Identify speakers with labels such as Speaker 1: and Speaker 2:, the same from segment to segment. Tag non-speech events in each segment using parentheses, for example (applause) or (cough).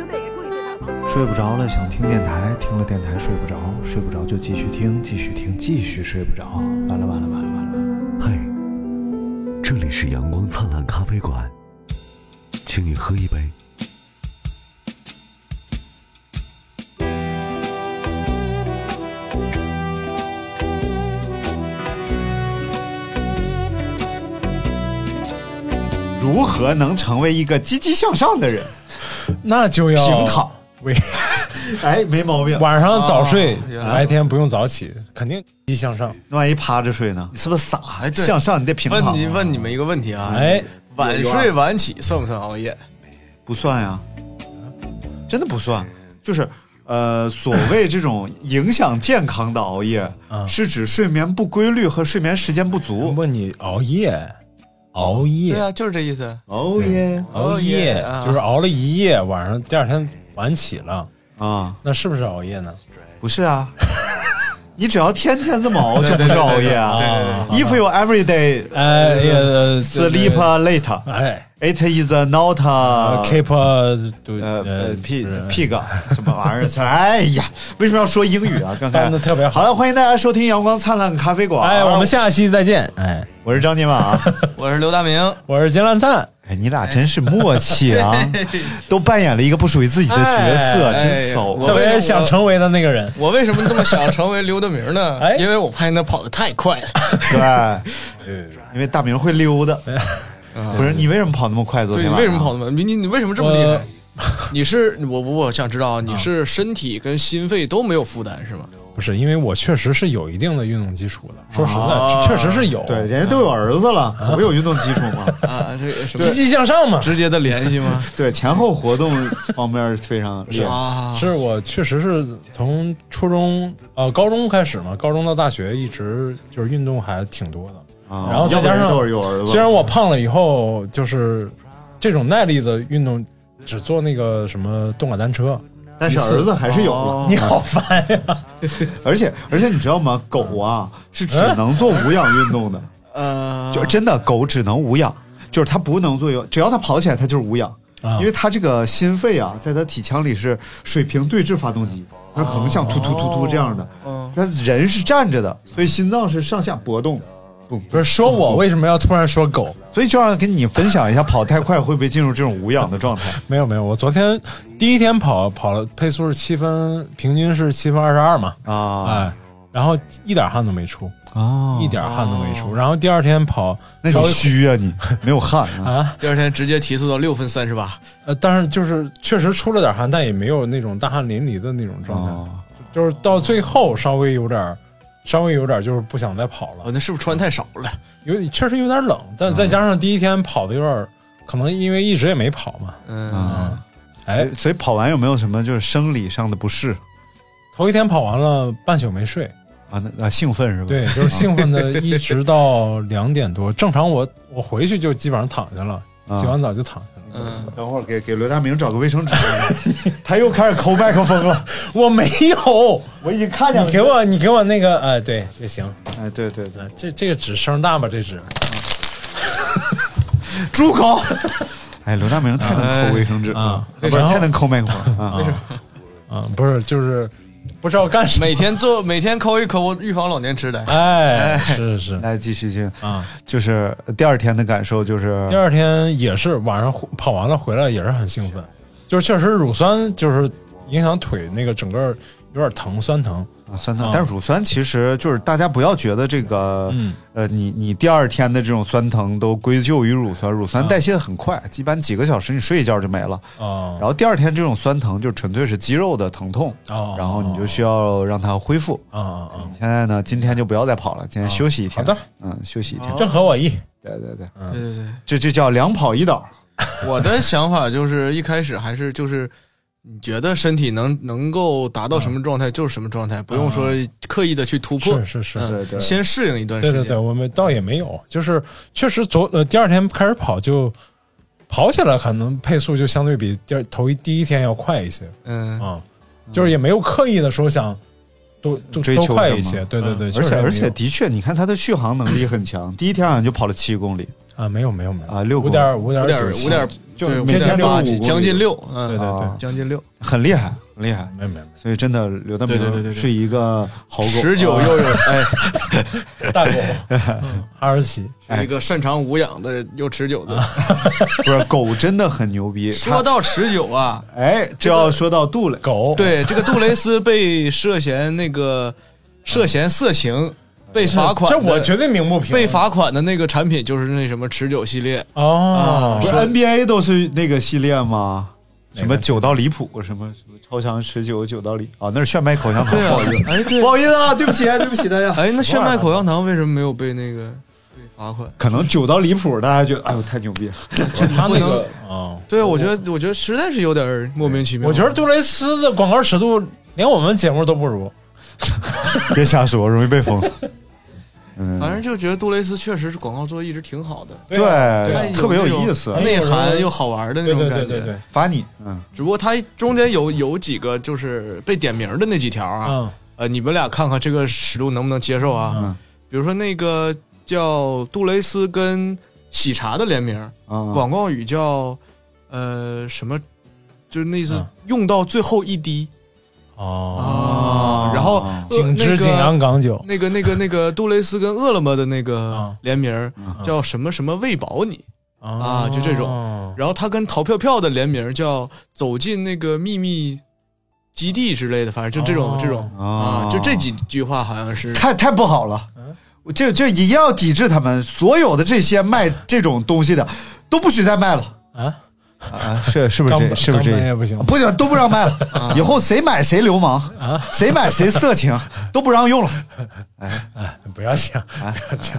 Speaker 1: 球队也注意对他防守。
Speaker 2: 睡不着了，想听电台，听了电台睡不着，睡不着就继续听，继续听，继续睡不着，完了完了完了完了完了。
Speaker 3: 嗨，这里是阳光灿烂咖啡馆，请你喝一杯。
Speaker 4: 如何能成为一个积极向上的人？
Speaker 5: 那就要
Speaker 4: 平躺。
Speaker 5: 喂，
Speaker 4: 哎，没毛病。
Speaker 5: (laughs) 晚上早睡，
Speaker 4: 啊
Speaker 5: 白天不用早起，肯定积极向上。
Speaker 4: 万一趴着睡呢？你是不是傻？
Speaker 6: 哎对
Speaker 4: 向上你得平躺啊。
Speaker 6: 问你问你们一个问题啊，
Speaker 5: 哎，
Speaker 6: 晚睡晚起算不算熬夜？
Speaker 4: 不算呀，真的不算。就是呃，所谓这种影响健康的熬夜，
Speaker 2: 嗯
Speaker 4: 是指睡眠不规律和睡眠时间不足。
Speaker 5: 不，你熬夜，熬
Speaker 6: 对
Speaker 5: 夜，
Speaker 6: 啊，就是这意思。
Speaker 4: 熬夜
Speaker 5: 熬
Speaker 6: 夜
Speaker 5: 夜
Speaker 6: 啊，
Speaker 5: 就是熬了一夜，晚上第二天晚起了，
Speaker 4: 啊，
Speaker 5: 那是不是熬夜呢？
Speaker 4: 不是啊。 (laughs) 你只要天天这么熬，
Speaker 6: 对
Speaker 4: 就
Speaker 6: 对
Speaker 4: 不
Speaker 6: 对
Speaker 4: 是熬夜
Speaker 6: 对对
Speaker 4: 啊。
Speaker 6: 对对呃对
Speaker 4: If you every day 呃
Speaker 5: 哎呀
Speaker 4: sleep late,
Speaker 5: 哎
Speaker 4: it is not
Speaker 6: 呃
Speaker 4: a
Speaker 5: ，keep
Speaker 4: 啊
Speaker 5: 对
Speaker 4: 呃呃，pig
Speaker 5: 不是
Speaker 4: pig 什么玩意儿？ (laughs) 哎呀，为什么要说英语啊？刚才
Speaker 5: 翻得特别好
Speaker 4: 好了，欢迎大家收听阳光灿烂咖啡馆。
Speaker 5: 哎，我们下期再见。哎，
Speaker 4: 我是张金马
Speaker 6: (laughs)
Speaker 4: 啊。
Speaker 6: 我是刘大明，
Speaker 5: 我是金烂灿，
Speaker 4: 哎，你俩真是默契
Speaker 6: (laughs)
Speaker 4: 啊，都扮演了一个不属于自己的角色，
Speaker 6: 哎哎
Speaker 4: 真
Speaker 6: 我
Speaker 4: 骚。
Speaker 5: 特别想成为的那个人。
Speaker 6: 我为什么这么想成为刘德明呢？
Speaker 5: 哎
Speaker 6: 因为我发现他跑得太快了。 (laughs)
Speaker 4: 对，因为大明会溜达。不是你为什么跑那么快？昨
Speaker 6: 嗯对
Speaker 4: 天
Speaker 6: 你
Speaker 4: 晚上
Speaker 6: 为什么跑？那么？你你你为什么这么厉
Speaker 5: 我
Speaker 6: 害？你是我我我想知道啊，你是身体跟心肺都没有负担是吗？
Speaker 5: 不是，因为我确实是有一定的运动基础的。说实在，确实是有，
Speaker 4: 对，，人家都有儿子了，
Speaker 5: 哦
Speaker 4: 可不有运动基础
Speaker 5: (laughs)
Speaker 4: 吗？
Speaker 6: 啊，这个什么
Speaker 5: 积极向上嘛。
Speaker 6: 直接的联系吗？
Speaker 4: 对，前后活动方面非常厉害。
Speaker 6: 啊，
Speaker 5: 是我确实是从初中呃高中开始嘛，高中到大学一直就是运动还挺多的。
Speaker 4: 啊
Speaker 5: 然后再
Speaker 4: 要不
Speaker 5: 加
Speaker 4: 然
Speaker 5: 上
Speaker 4: 都是有儿子。
Speaker 5: 虽然我胖了以后，就是这种耐力的运动，只做那个什么动感单车，
Speaker 4: 但是儿子还是有了。
Speaker 5: 你好烦呀！
Speaker 4: 而且而且你知道吗？狗啊是只能做无氧运动的，
Speaker 6: 呃，
Speaker 5: 嗯
Speaker 4: 就真的狗只能无氧，就是它不能做有，只要它跑起来它就是无氧，
Speaker 5: 啊
Speaker 4: 因为它这个心肺啊，在它体腔里是水平对置发动机，它是横向突突突突这样的，
Speaker 5: 哦嗯
Speaker 4: 但人是站着的，所以心脏是上下搏动。不
Speaker 5: 不是说我为什么要突然说狗？
Speaker 4: 所以就让跟你分享一下，跑太快会不会进入这种无氧的状态？
Speaker 5: 没有没有，我昨天第一天跑跑了配速是七分，平均是七分二十二嘛，
Speaker 4: 啊
Speaker 5: 哎，然后一点汗都没出，
Speaker 4: 啊
Speaker 5: 一点汗都没出。然后第二天跑，
Speaker 4: 那
Speaker 5: 哦稍
Speaker 4: 你
Speaker 5: 微
Speaker 4: 虚啊你，
Speaker 5: (laughs)
Speaker 4: 没有汗啊
Speaker 6: 第二天直接提速到六分三十八，
Speaker 5: 呃，但是就是确实出了点汗，但也没有那种大汗淋漓的那种状态，
Speaker 4: 啊
Speaker 5: 就是到最后稍微有点儿，稍微有点儿就是不想再跑了
Speaker 6: 哦，，那是不是穿太少了？
Speaker 5: 有确实有点冷，但再加上第一天跑的有点儿，可能因为一直也没跑嘛，
Speaker 6: 嗯，
Speaker 4: 啊！
Speaker 5: 哎，
Speaker 4: 所以跑完有没有什么就是生理上的不适
Speaker 5: 头一天跑完了半宿没睡，
Speaker 4: 啊？那啊兴奋是吧？
Speaker 5: 对，就是兴奋的，一直到两点多。正常我我回去就基本上躺下了，
Speaker 4: 啊
Speaker 5: 洗完澡就躺下了。
Speaker 6: 嗯，
Speaker 4: (laughs) 等会儿给给刘大明找个卫生纸， (laughs) 他又开始抠麦克风
Speaker 5: (laughs)
Speaker 4: 了。
Speaker 5: 我没有，
Speaker 4: 我已经看见了。
Speaker 5: 你给，我你给我那个，哎，对，也行，
Speaker 4: 哎，对对对，
Speaker 5: 啊这这个纸声大吧，这纸。
Speaker 4: 住口！ (laughs) 哎，刘大明太能抠卫生纸了
Speaker 5: 啊，
Speaker 4: 不是
Speaker 5: 然后
Speaker 4: 太能抠麦克风了啊！
Speaker 5: 啊，不是，就是不知道
Speaker 4: (laughs)
Speaker 5: 干什么。
Speaker 6: 每天做每天抠一抠，预防老年痴呆。
Speaker 5: 哎，是是
Speaker 4: 来继续去，
Speaker 5: 啊。
Speaker 4: 就是呃第二天的感受就是
Speaker 5: 第，二天也是晚上回跑完了回来也是很兴奋，就是确实乳酸就是影响腿那个整个有点疼酸疼。
Speaker 4: 啊酸疼
Speaker 5: 啊，
Speaker 4: 但是乳酸其实就是大家不要觉得这个
Speaker 5: 嗯，
Speaker 4: 呃，你你第二天的这种酸疼都归咎于乳酸，乳酸代谢的很快，一般几个小时你睡一觉就没了。
Speaker 5: 哦
Speaker 4: 然后第二天这种酸疼就纯粹是肌肉的疼痛，
Speaker 5: 哦
Speaker 4: 然后你就需要让它恢复。
Speaker 5: 啊啊啊！
Speaker 4: 现在呢，今天就不要再跑了，今天休息一
Speaker 5: 好
Speaker 4: 天。
Speaker 5: 的，
Speaker 4: 嗯，休息一天。
Speaker 5: 正合我意。
Speaker 4: 对对对，
Speaker 6: 对对对，
Speaker 4: 这就叫两跑一倒。
Speaker 6: 我的想法就是一开始还是就是你觉得身体能能够达到什么状态就是什么状态，不用说刻意的去突破。
Speaker 5: 是是是
Speaker 6: 嗯
Speaker 4: 对对
Speaker 6: 先适应一段时
Speaker 5: 对
Speaker 6: 间。
Speaker 5: 对对，我们倒也没有，就是确实昨呃第二天开始跑就跑起来，可能配速就相对比第二头一第一天要快一些
Speaker 6: 嗯，
Speaker 5: 啊，就是也没有刻意的说想都都
Speaker 4: 追
Speaker 5: 都
Speaker 4: 求
Speaker 5: 快
Speaker 4: 什
Speaker 5: 一
Speaker 4: 么
Speaker 5: 些，对对对，
Speaker 4: 而
Speaker 5: 确实
Speaker 4: 且
Speaker 5: 也没
Speaker 4: 而且
Speaker 5: 有
Speaker 4: 的确，你看它的续航能力很强，第一天好像就跑了七公里
Speaker 5: 啊没有没有没有
Speaker 4: 啊六
Speaker 5: 五
Speaker 4: 公
Speaker 5: 点五点
Speaker 6: 五点
Speaker 5: 九
Speaker 6: 五点，
Speaker 4: 就
Speaker 6: 对五
Speaker 5: 接近
Speaker 6: 点
Speaker 5: 六
Speaker 6: 八
Speaker 5: 五
Speaker 6: 几，
Speaker 5: 公
Speaker 6: 将近
Speaker 5: 里
Speaker 6: 六，嗯，
Speaker 5: 对对对
Speaker 4: 啊
Speaker 6: 将近六，
Speaker 4: 很厉害，很厉害。
Speaker 5: 没有没有没
Speaker 4: 所以真的，刘德
Speaker 6: 对对对
Speaker 4: 明
Speaker 6: 对对
Speaker 4: 是一个好狗，
Speaker 6: 持久
Speaker 5: 啊
Speaker 6: 又有
Speaker 5: (laughs)
Speaker 6: 哎，
Speaker 5: 有
Speaker 6: (laughs)
Speaker 5: 大狗嗯二十七，
Speaker 6: 是一个擅长无氧的又持久
Speaker 5: 啊
Speaker 6: 的。
Speaker 4: 不是狗，真的很牛逼。
Speaker 6: (laughs) 说到持久啊，
Speaker 4: 它哎，就要说到杜蕾，
Speaker 5: 狗
Speaker 6: 对，这个杜蕾斯被涉嫌那个涉嫌色情被罚款
Speaker 5: 这
Speaker 6: 的，
Speaker 5: 我绝对鸣不平
Speaker 6: 被罚款的那个产品就是那什么持久系列，
Speaker 5: 哦
Speaker 6: 啊
Speaker 4: 不是 NBA 都是那个系列吗？
Speaker 5: 哪个
Speaker 4: 什么九到离谱，什么什么超强持久九到离啊，那是炫迈口香糖，
Speaker 6: 对
Speaker 4: 不
Speaker 6: 啊
Speaker 4: 好意思，
Speaker 6: 哎对
Speaker 4: 不好意思啊，对不起，对不起大家。 (laughs)
Speaker 6: 哎，那炫迈口香糖为什么没有被那个被罚款？
Speaker 4: 可能九到离谱，大家觉得哎呦太牛逼了，
Speaker 5: 他那
Speaker 6: 不能
Speaker 5: 个啊，
Speaker 6: 对，我觉得我觉得实在是有点儿莫名其妙。
Speaker 5: 我觉得杜蕾斯的广告尺度连我们节目都不如，
Speaker 4: (laughs) 别瞎说，容易被封。
Speaker 6: 反正就觉得杜蕾斯确实是广告做的一直挺好的，
Speaker 4: (laughs) 对，
Speaker 5: 对啊
Speaker 4: 特别有
Speaker 6: 那种
Speaker 4: 意思，
Speaker 5: 哎
Speaker 6: 内涵又好玩的那
Speaker 5: 对
Speaker 6: 种
Speaker 5: 对
Speaker 6: 感
Speaker 5: 对
Speaker 6: 觉。
Speaker 5: 对对，
Speaker 4: 罚你，嗯，
Speaker 6: 只不过它中间有有几个就是被点名的那几条啊，
Speaker 5: 嗯
Speaker 6: 呃，你们俩看看这个尺度能不能接受啊？
Speaker 4: 嗯
Speaker 6: 比如说那个叫杜蕾斯跟喜茶的联名，
Speaker 4: 啊，
Speaker 5: 嗯
Speaker 6: 广告语叫呃什么，就是那意思
Speaker 5: 嗯，
Speaker 6: 用到最后一滴
Speaker 5: 哦，
Speaker 6: 啊。然后
Speaker 5: 景之景阳港酒。
Speaker 6: 那个那个那个杜蕾斯跟饿了么的那个
Speaker 5: 啊
Speaker 6: 联名
Speaker 4: 嗯
Speaker 6: 叫什么什么喂饱你，
Speaker 5: 啊
Speaker 6: 就这种
Speaker 5: 种
Speaker 6: 然后他跟淘票票的联名叫走进那个秘密基地之类的，反正就这种
Speaker 5: 哦
Speaker 6: 这种啊，就这几句话好像是
Speaker 4: 太太不好了，我这这一定要抵制他们，所有的这些卖这种东西的都不许再卖了
Speaker 5: 啊，
Speaker 4: 啊！是是不是
Speaker 5: 冈
Speaker 4: 这？
Speaker 5: 本
Speaker 4: 是不是
Speaker 5: 冈本
Speaker 4: 这？
Speaker 5: 也不行
Speaker 4: 啊不行，都不让卖了，以后谁买谁流氓， (laughs) 谁买谁色情，都不让用了。
Speaker 5: 不要这样
Speaker 4: 啊，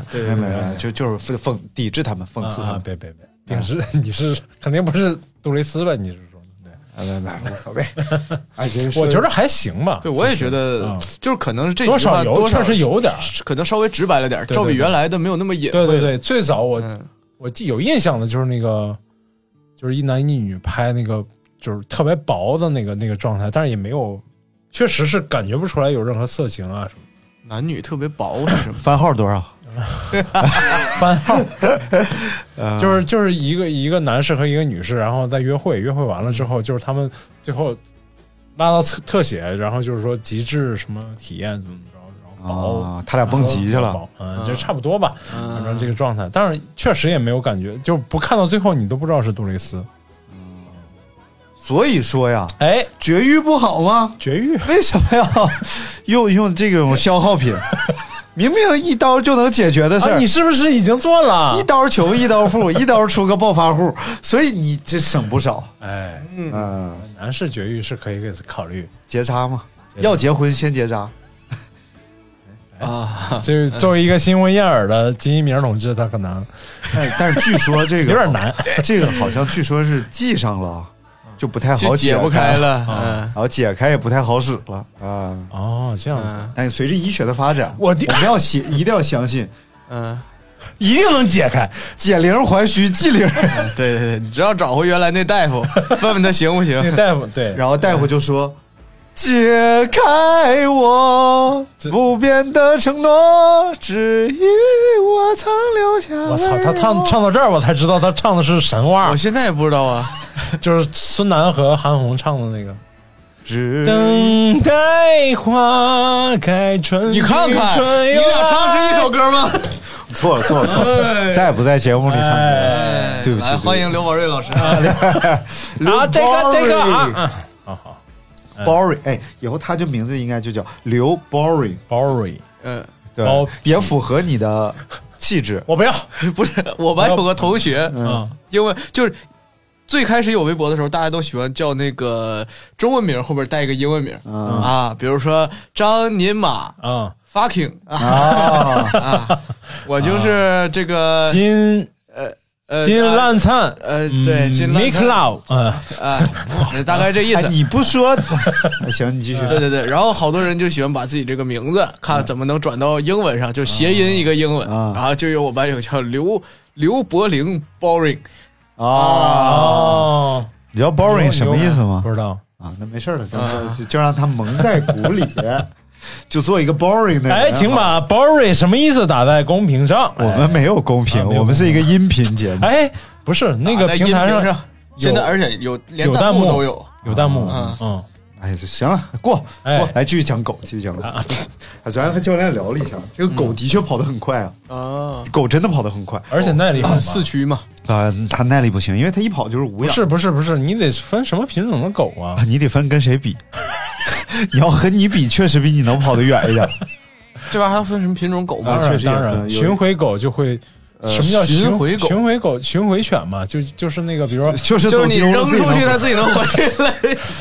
Speaker 6: 对
Speaker 4: 没有没有没有，就就是讽讽抵制他们，讽刺他
Speaker 5: 啊！
Speaker 4: 们。
Speaker 5: 别别别，顶是
Speaker 4: 啊
Speaker 5: (laughs) 你是肯定不是杜蕾斯吧？你是说对？
Speaker 4: 哎没没无所谓。哎，
Speaker 5: 我觉得还行吧。
Speaker 6: 对，我也觉得
Speaker 5: 嗯，
Speaker 6: 就是可能是这
Speaker 5: 多
Speaker 6: 几句话
Speaker 5: 少有，
Speaker 6: 多
Speaker 5: 确
Speaker 6: 少
Speaker 5: 实有点儿。
Speaker 6: 是，可能稍微直白了点儿，
Speaker 5: 对对
Speaker 6: 照比
Speaker 5: 对
Speaker 6: 原来的没有那么隐晦
Speaker 5: 对
Speaker 6: 了。
Speaker 5: 对对，最早我
Speaker 6: 嗯
Speaker 5: 我记有印象的就是那个，就是一男一女拍那个，就是特别薄的那个那个状态，但是也没有，确实是感觉不出来有任何色情啊什么。
Speaker 6: 男女特别薄是什么？
Speaker 4: 番号多少？
Speaker 5: 番号，
Speaker 4: 啊
Speaker 5: 就是就是一个一个男士和一个女士，然后在约会，约会完了之后，就是他们最后拉到特特写，然后就是说极致什么体验怎么着，然后薄。
Speaker 4: 啊，他俩蹦极去了。啊
Speaker 5: 薄，嗯，就差不多吧，
Speaker 6: 嗯
Speaker 5: 反正这个状态，但是确实也没有感觉，就不看到最后你都不知道是杜蕾斯，
Speaker 4: 所以说呀，
Speaker 5: 哎，
Speaker 4: 绝育不好吗？
Speaker 5: 绝育，
Speaker 4: 为什么要用用这种消耗品？明明一刀就能解决的事儿、
Speaker 5: 啊，你是不是已经做了
Speaker 4: 一？刀穷一刀富，一刀出个暴发户，所以你这省不少。
Speaker 5: 哎，
Speaker 4: 嗯，
Speaker 5: 男士绝育是可以给考虑，
Speaker 4: 结扎嘛，要结婚先结扎。
Speaker 6: 啊，
Speaker 5: 就是作为一个新闻燕尔的金一鸣同志，他可能
Speaker 6: 嗯
Speaker 4: 但但是据说这个
Speaker 5: 有点，难。
Speaker 4: (laughs) 这个好像据说是系上了，就不太好
Speaker 6: 就解
Speaker 4: 开
Speaker 6: 不开，了。嗯
Speaker 4: 然后解开也不太好使了啊。
Speaker 5: 哦，这样子，
Speaker 6: 嗯
Speaker 4: 但是随着医学的发展，
Speaker 5: 我的
Speaker 4: 我们要
Speaker 5: (laughs)
Speaker 4: 信，一定要相信
Speaker 6: 嗯
Speaker 5: 一定能解开。
Speaker 4: 解铃还须系铃。
Speaker 6: 嗯，对对对，你只要找回原来那大夫，问问他行不行
Speaker 5: 那。个大夫
Speaker 6: 嗯
Speaker 5: 对，
Speaker 4: 然后大夫就说：“解开我
Speaker 5: 这
Speaker 4: 不变的承诺，只因我曾留下。”
Speaker 5: 我操，他唱唱到这儿，我才知道他唱的是神话
Speaker 6: 我，现在也不知道啊，
Speaker 5: 就是孙楠和韩红唱的那个。
Speaker 4: 只
Speaker 5: 等待花开，春
Speaker 6: 你看看，你俩唱的是一首歌吗？
Speaker 4: 错了错了错了，再也不在节目里唱歌。
Speaker 5: 哎，
Speaker 4: 对不起
Speaker 6: 来
Speaker 4: 对不起
Speaker 6: 欢迎刘宝瑞老师。
Speaker 5: 啊，这个这个啊
Speaker 4: ，boring，哎，以后他就名字应该就叫刘 boring，
Speaker 5: ，Bory，
Speaker 6: 嗯，
Speaker 4: 对
Speaker 5: 包，
Speaker 4: 也符合你的气质。
Speaker 5: 我不要
Speaker 6: 不是，我班有个同学，
Speaker 5: 啊，
Speaker 6: 因为就是。最开始有微博的时候，大家都喜欢叫那个中文名后边带一个英文名、
Speaker 4: 嗯
Speaker 6: 啊，比如说张宁马
Speaker 5: 啊，
Speaker 6: fucking 啊
Speaker 4: 啊，
Speaker 6: 啊，我就是这个
Speaker 5: 金
Speaker 6: 呃，
Speaker 5: 金
Speaker 6: 啊
Speaker 5: 烂灿，
Speaker 6: 呃，对，金烂
Speaker 5: m i k l o 嗯，
Speaker 6: 啊，大概这意
Speaker 4: 哎，
Speaker 6: 思。
Speaker 4: 你不说，哎行，你继续。
Speaker 6: 对对对，然后好多人就喜欢把自己这个名字看怎么能转到英文上，就谐音一个英文，
Speaker 4: 啊
Speaker 6: 然后就有我班有叫刘刘柏林 boring
Speaker 4: 啊，
Speaker 5: 哦，
Speaker 4: 你知道 boring 什么意思吗
Speaker 5: 不？知道。
Speaker 4: 啊，那没事儿了，就就就让他蒙在鼓里，就做一个 boring 的人。啊
Speaker 5: 哎，请把 “bory” 什么意思打在公屏上。
Speaker 4: 我们没有公平，
Speaker 5: 啊没有
Speaker 4: 我们是一个音频节目。
Speaker 5: 哎，不是那个
Speaker 6: 啊在音
Speaker 5: 平台
Speaker 6: 频
Speaker 5: 上
Speaker 6: 上，现在而且有连
Speaker 5: 有弹
Speaker 6: 幕
Speaker 5: 幕
Speaker 6: 都有，
Speaker 5: 有弹幕，
Speaker 6: 嗯
Speaker 5: 嗯，
Speaker 4: 哎，行了，过
Speaker 5: 哎
Speaker 4: 过，来继续讲狗，继续讲狗。啊昨天和教练聊了一下，这个狗的确跑得很快啊，
Speaker 6: 啊，
Speaker 4: 狗真的跑得很快。
Speaker 5: 而且耐力很
Speaker 6: 哦四
Speaker 5: 四。
Speaker 6: 驱嘛，
Speaker 4: 啊，它耐力不行，因为它一跑就是无
Speaker 5: 不
Speaker 4: 氧。
Speaker 5: 是不是不是，你得分什么品种的狗啊
Speaker 4: 啊，？你得分跟谁比。 (laughs) 你要和你比，确实比你能跑得远一
Speaker 5: (laughs)
Speaker 4: 点。
Speaker 6: 这玩意儿还分什么品种狗
Speaker 4: 啊
Speaker 6: 吗？
Speaker 5: 当
Speaker 4: 确
Speaker 5: 然
Speaker 4: 实也
Speaker 5: 当
Speaker 4: 是有
Speaker 5: 然，巡回狗就会。什么叫
Speaker 6: 巡回狗
Speaker 5: 巡回狗、巡回犬嘛，就就是那个，比如说
Speaker 4: (laughs) 就是
Speaker 6: 就是
Speaker 4: 走
Speaker 6: 你
Speaker 4: 丢了
Speaker 6: 扔
Speaker 4: 自己
Speaker 6: 出去，
Speaker 4: 能
Speaker 6: 它自己能回来。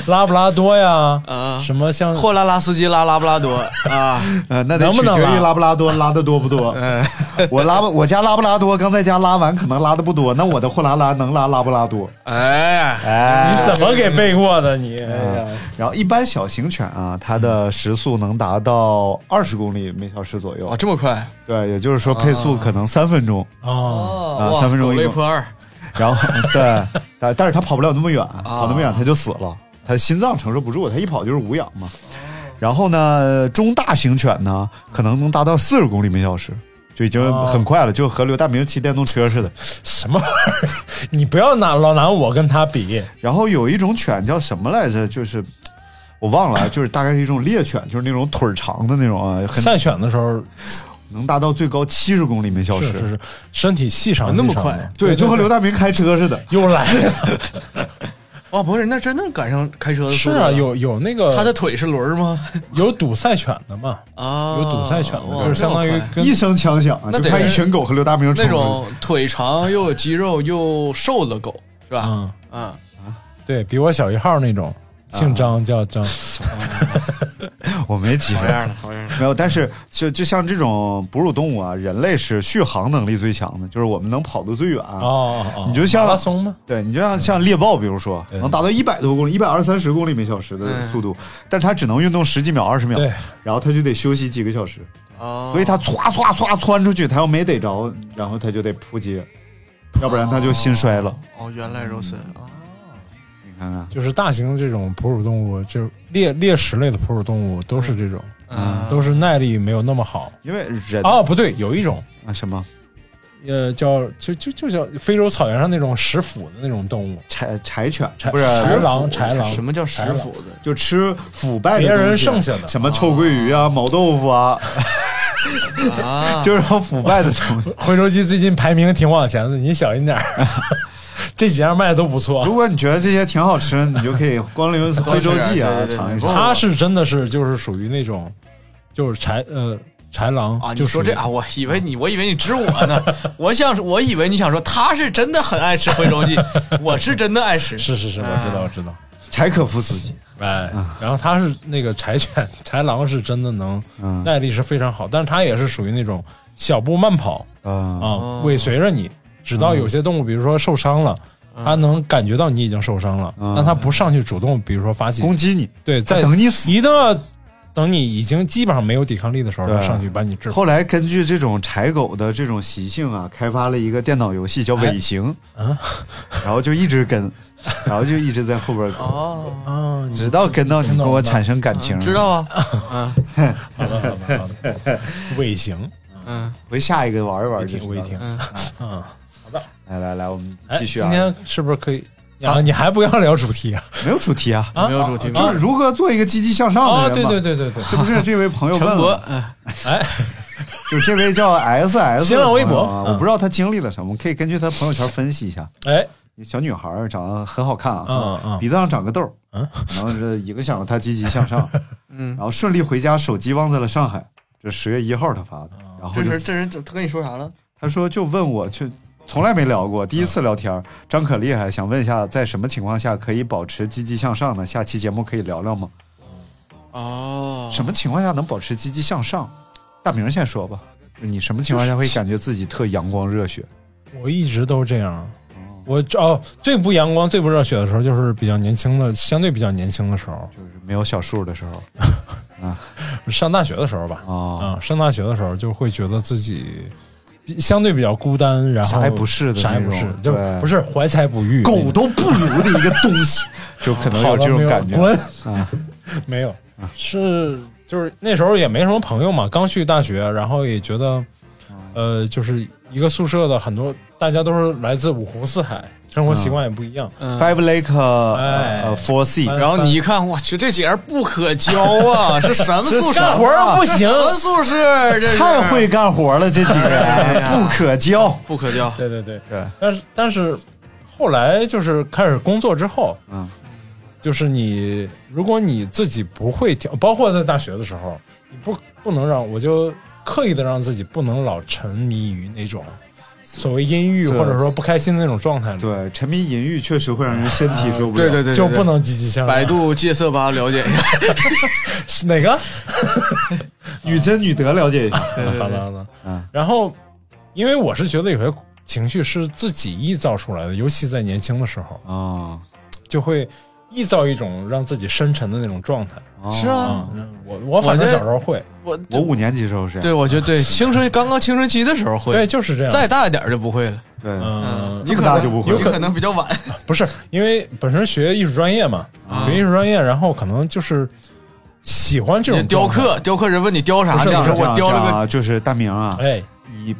Speaker 5: 拉布拉多呀，
Speaker 6: 啊
Speaker 5: 什么像
Speaker 6: 货拉拉司机拉拉布拉多啊，
Speaker 4: 呃，那得
Speaker 5: 能
Speaker 4: 取
Speaker 5: 不
Speaker 4: 决于
Speaker 5: 能拉
Speaker 4: 拉布拉多拉的多不多。
Speaker 6: 嗯
Speaker 4: 我拉不，我家拉布拉多刚在家拉完，可能拉的不多。那我的货拉拉能拉拉布拉多。
Speaker 6: 哎，
Speaker 4: 哎，
Speaker 5: 你怎么给背过的你？哎
Speaker 4: 然后一般小型犬啊，它的时速能达到二十公里每小时左右
Speaker 6: 哇，。哦这么啊快
Speaker 4: 对，也就是说配速可能三分钟。
Speaker 5: 哦，
Speaker 6: 啊
Speaker 4: 三分钟一
Speaker 6: 狗
Speaker 4: 个
Speaker 6: 类破二，
Speaker 4: 然后对，但但是它跑不了那么远，跑那么远它就死了，它心脏承受不住，它一跑就是无氧嘛。然后呢，中大型犬呢，可能能达到四十公里每小时，就已经很快了，就和刘大明骑电动车似的。
Speaker 5: 什么玩意儿？ (laughs) 你不要拿老拿我跟他比，
Speaker 4: 然后有一种犬叫什么来着？就是我忘了啊，就是大概是一种猎犬，就是那种腿儿长的那种啊，很
Speaker 5: 赛犬的时候
Speaker 4: 能达到最高七十公里每小
Speaker 5: 是
Speaker 4: 时。
Speaker 5: 是是，身体细长
Speaker 6: 那么
Speaker 5: 细长
Speaker 6: 快
Speaker 5: 的
Speaker 4: 对，就和刘大明开车似的。
Speaker 5: 又来了，
Speaker 6: 哇，不是，那真能赶上开车的速
Speaker 5: 是
Speaker 6: 度
Speaker 5: 啊，
Speaker 6: 了
Speaker 5: 有有那个
Speaker 6: 他的腿是轮儿吗？
Speaker 5: 有堵赛犬的嘛，
Speaker 6: 啊，
Speaker 5: 有堵赛犬的，
Speaker 6: 哇
Speaker 5: 就是相当于
Speaker 6: 这么快
Speaker 5: 跟
Speaker 4: 一声枪响啊，
Speaker 6: 那
Speaker 4: 就
Speaker 6: 得
Speaker 4: 看
Speaker 6: 是
Speaker 4: 一群狗和刘大明冲
Speaker 6: 那
Speaker 4: 出去
Speaker 6: 种腿长又有肌肉又瘦的狗是吧？
Speaker 5: 嗯，
Speaker 6: 嗯，
Speaker 5: 对比我小一号那种，
Speaker 6: 啊
Speaker 5: 姓张叫
Speaker 6: (laughs)
Speaker 5: 张，
Speaker 4: (laughs) 我没机
Speaker 6: 好
Speaker 4: 会。
Speaker 6: 样的，好样的。
Speaker 4: 没有，但是就就像这种哺乳动物啊，人类是续航能力最强的，就是我们能跑得最远。
Speaker 5: 哦哦哦，
Speaker 4: 你就像
Speaker 5: 马拉松吗？
Speaker 4: 对你就像像猎豹，比如说
Speaker 5: 对
Speaker 4: 能达到一百多公里、一百二三十公里每小时的
Speaker 6: 嗯
Speaker 4: 速度，但是它只能运动十几秒、二十秒，
Speaker 5: 对，
Speaker 4: 然后它就得休息几个小时，
Speaker 6: 哦，
Speaker 4: 所以它歘歘歘窜出去，它要没逮着，然后它就得扑街，要不然它就心衰了。
Speaker 6: 哦，原来如此啊！
Speaker 4: 你看看，
Speaker 5: 就是大型的这种哺乳动物，就是猎猎食类的哺乳动物都是这种，
Speaker 6: 嗯
Speaker 5: 都是耐力没有那么好。
Speaker 4: 因为人
Speaker 5: 哦，不对，有一种，
Speaker 4: 啊什么
Speaker 5: 呃，叫就就就叫非洲草原上那种食腐的那种动物，
Speaker 4: 柴柴犬
Speaker 5: 豺
Speaker 4: 不是啊
Speaker 5: 豺狼、豺狼，
Speaker 6: 什么叫食
Speaker 5: 豺狼
Speaker 6: 腐的？
Speaker 4: 就吃腐败的
Speaker 5: 别人
Speaker 4: 东西
Speaker 5: 剩下的
Speaker 4: 什么臭鳜鱼啊、毛豆腐啊，(laughs)
Speaker 6: 啊，
Speaker 4: 就是腐败的东
Speaker 5: (laughs)
Speaker 4: 西。
Speaker 5: 回收机最近排名挺往前的，你小心点
Speaker 4: (laughs)
Speaker 5: 儿。这几样卖的都不错
Speaker 4: 如，果你觉得这些挺好吃，你就可以光临徽州记啊
Speaker 6: 对对对
Speaker 4: 尝一
Speaker 6: 对
Speaker 4: 尝。
Speaker 5: 它是真的是就是属于那种，就是豺呃豺狼
Speaker 6: 啊，你
Speaker 5: 就属
Speaker 6: 说
Speaker 5: 于
Speaker 6: 这啊，我以为你，我以为你指我呢， (laughs) 我想，我以为你想说他是真的很爱吃徽州记，我是真的爱吃，
Speaker 5: 是是是，我
Speaker 6: 嗯
Speaker 5: 知道我知道。
Speaker 4: 柴可夫斯基，
Speaker 5: 哎，
Speaker 6: 啊
Speaker 5: 然后它是那个柴犬、豺狼是真的能
Speaker 4: 嗯
Speaker 5: 耐力是非常好，但是它也是属于那种小步慢跑
Speaker 4: 啊，
Speaker 6: 哦
Speaker 5: 啊，尾随着你，直到有些动物，比如说受伤了，
Speaker 6: 嗯
Speaker 5: 它能感觉到你已经受伤了，但它不上去主动，比如说发起
Speaker 4: 嗯攻击你，
Speaker 5: 对，
Speaker 4: 在
Speaker 5: 在
Speaker 4: 等你死。
Speaker 5: 一定要等你已经基本上没有抵抗力的时候，
Speaker 4: 对
Speaker 5: 它上去把你制服。
Speaker 4: 后来根据这种柴狗的这种习性啊，开发了一个电脑游戏叫《尾行》，
Speaker 5: 啊
Speaker 4: 然后就一直
Speaker 5: (laughs)
Speaker 4: 跟，然后就一直在后边跟，
Speaker 6: 哦，
Speaker 5: 啊，
Speaker 4: 直到跟到你跟我产生感情。
Speaker 6: 知道啊，嗯
Speaker 5: 好的好的好的，尾行，
Speaker 6: 嗯，
Speaker 4: 回下一个玩一
Speaker 5: 我一
Speaker 4: 玩就
Speaker 5: 听我
Speaker 4: 知
Speaker 5: 一
Speaker 4: 道了
Speaker 5: 听。，嗯，
Speaker 4: 来来来，我们
Speaker 5: 哎，
Speaker 4: 继续
Speaker 5: 今
Speaker 4: 啊，
Speaker 5: 天是不是可以？
Speaker 4: 啊
Speaker 5: 啊，你还不要聊主题啊？
Speaker 4: 没有主题啊，
Speaker 5: 啊
Speaker 6: 没有主题
Speaker 5: 啊
Speaker 6: 吗
Speaker 4: 就？是如何做一个积极向上的
Speaker 5: 啊，
Speaker 4: 人
Speaker 5: 对
Speaker 4: 嘛
Speaker 5: 对对对对，
Speaker 4: 这不是这位朋友问
Speaker 6: 陈博
Speaker 4: 了，，
Speaker 6: 嗯
Speaker 5: 哎，
Speaker 4: 就是这位叫 S S
Speaker 5: 新浪微博嗯
Speaker 4: 啊我不知道他经历了什么，我们可以根据他朋友圈分析一下。
Speaker 5: 哎，
Speaker 4: 小女孩儿长得很好看啊，
Speaker 5: 嗯嗯
Speaker 4: 鼻子上长个痘儿，
Speaker 5: 嗯
Speaker 4: 然后这影响了她积极向上，
Speaker 6: (laughs) 嗯
Speaker 4: 然，后顺利回家，手机忘在了上海，这十月一号他发的，
Speaker 5: 哦
Speaker 4: 然后
Speaker 6: 这
Speaker 4: 就
Speaker 6: 人这人他跟你说啥了？
Speaker 4: 他说就问我去。从来没聊
Speaker 5: 嗯
Speaker 4: 过，第一次聊天儿，张可厉害，想问一下，在什么情况下可以保持积极向上呢？下期节目可以聊聊吗？
Speaker 6: 哦，
Speaker 4: 什么情况下能保持积极向上？大明儿先说吧，你什么情况下会感觉自己特阳光热血？
Speaker 5: 我一直都这样。我哦，最不阳光、最不热血的时候，就是比较年轻的，相对比较年轻的时候，
Speaker 4: 就是没有小数的时候
Speaker 5: 上大学的时候吧。
Speaker 4: 啊，
Speaker 5: 啊，上大学的时候就会觉得自己比相对比较孤单，然后
Speaker 4: 啥也不是的
Speaker 5: 啥也不
Speaker 4: 那
Speaker 5: 是
Speaker 4: 种，
Speaker 5: 就
Speaker 4: 对
Speaker 5: 不是怀才不遇，
Speaker 4: 狗都不如的一个东西，就可能
Speaker 5: 好
Speaker 4: 有
Speaker 5: 了
Speaker 4: 这种
Speaker 5: 没有
Speaker 4: 感觉。
Speaker 5: 滚
Speaker 4: 啊，
Speaker 5: 没有，是就是那时候也没什么朋友嘛，刚去大学，然后也觉得，
Speaker 4: 嗯
Speaker 5: 呃，就是一个宿舍的很多大家都是来自五湖四海，生活习惯也不一样，
Speaker 6: 嗯
Speaker 4: Five Lake
Speaker 5: 哎
Speaker 4: 呃 Four C，
Speaker 5: 哎
Speaker 6: 然后你一看，我去，这姐儿不可交啊，是什么宿舍？
Speaker 4: 干活儿不
Speaker 6: 这什么宿舍？这是
Speaker 4: 啊太会干活了，这几个
Speaker 6: 哎
Speaker 4: 人
Speaker 6: 呀
Speaker 4: 不可教。
Speaker 6: 不可交。
Speaker 5: 对对对，
Speaker 4: 对
Speaker 5: 但是但是后来就是开始工作之后，
Speaker 4: 嗯，
Speaker 5: 就是你如果你自己不会调，包括在大学的时候，你不不能让我就刻意的让自己不能老沉迷于那种所谓阴郁
Speaker 4: 是
Speaker 5: 或者说不开心的那种状态里，
Speaker 4: 对，沉迷淫欲确实会让人身体受不了。
Speaker 6: 对对对，对
Speaker 5: 就不。能积极向上。
Speaker 6: (laughs) 百度戒色吧，了解一下。
Speaker 5: 哪个？
Speaker 4: 女真女德了解一下。
Speaker 6: (laughs) 对对
Speaker 5: 好
Speaker 6: 对
Speaker 5: 了好了
Speaker 4: 嗯，
Speaker 5: 然后因为我是觉得有些情绪是自己臆造出来的，尤其在年轻的时候，
Speaker 6: 嗯
Speaker 4: 啊，
Speaker 5: 就会臆造一种让自己深沉的那种状态。
Speaker 6: 是啊
Speaker 5: 啊，，我我反正
Speaker 6: 我这
Speaker 5: 小时候会，
Speaker 6: 我
Speaker 4: 哦我五年级时候是这
Speaker 6: 对
Speaker 4: 样。
Speaker 6: 我觉得对青春刚刚青春期的时候
Speaker 5: 对，
Speaker 6: 会，
Speaker 5: 就是这样。
Speaker 6: 再大一点儿就不会了。
Speaker 4: 对
Speaker 6: 啊嗯
Speaker 5: 嗯，
Speaker 6: 你
Speaker 4: 这么
Speaker 6: 可
Speaker 4: 大
Speaker 6: 能
Speaker 4: 就不会了
Speaker 6: 你可能比较晚。
Speaker 5: 不是因为本身学艺术专业嘛，
Speaker 6: 啊
Speaker 5: 学艺术专业，然后可能就是喜欢这种
Speaker 6: 雕
Speaker 5: 状态，
Speaker 6: 刻，雕刻人问你雕啥，
Speaker 4: 这
Speaker 6: 你
Speaker 4: 样
Speaker 6: 说
Speaker 4: 这
Speaker 6: 我
Speaker 4: 样
Speaker 6: 雕
Speaker 4: 这
Speaker 6: 了
Speaker 4: 样
Speaker 6: 个
Speaker 4: 啊，就是大明啊，
Speaker 5: 哎，
Speaker 4: 你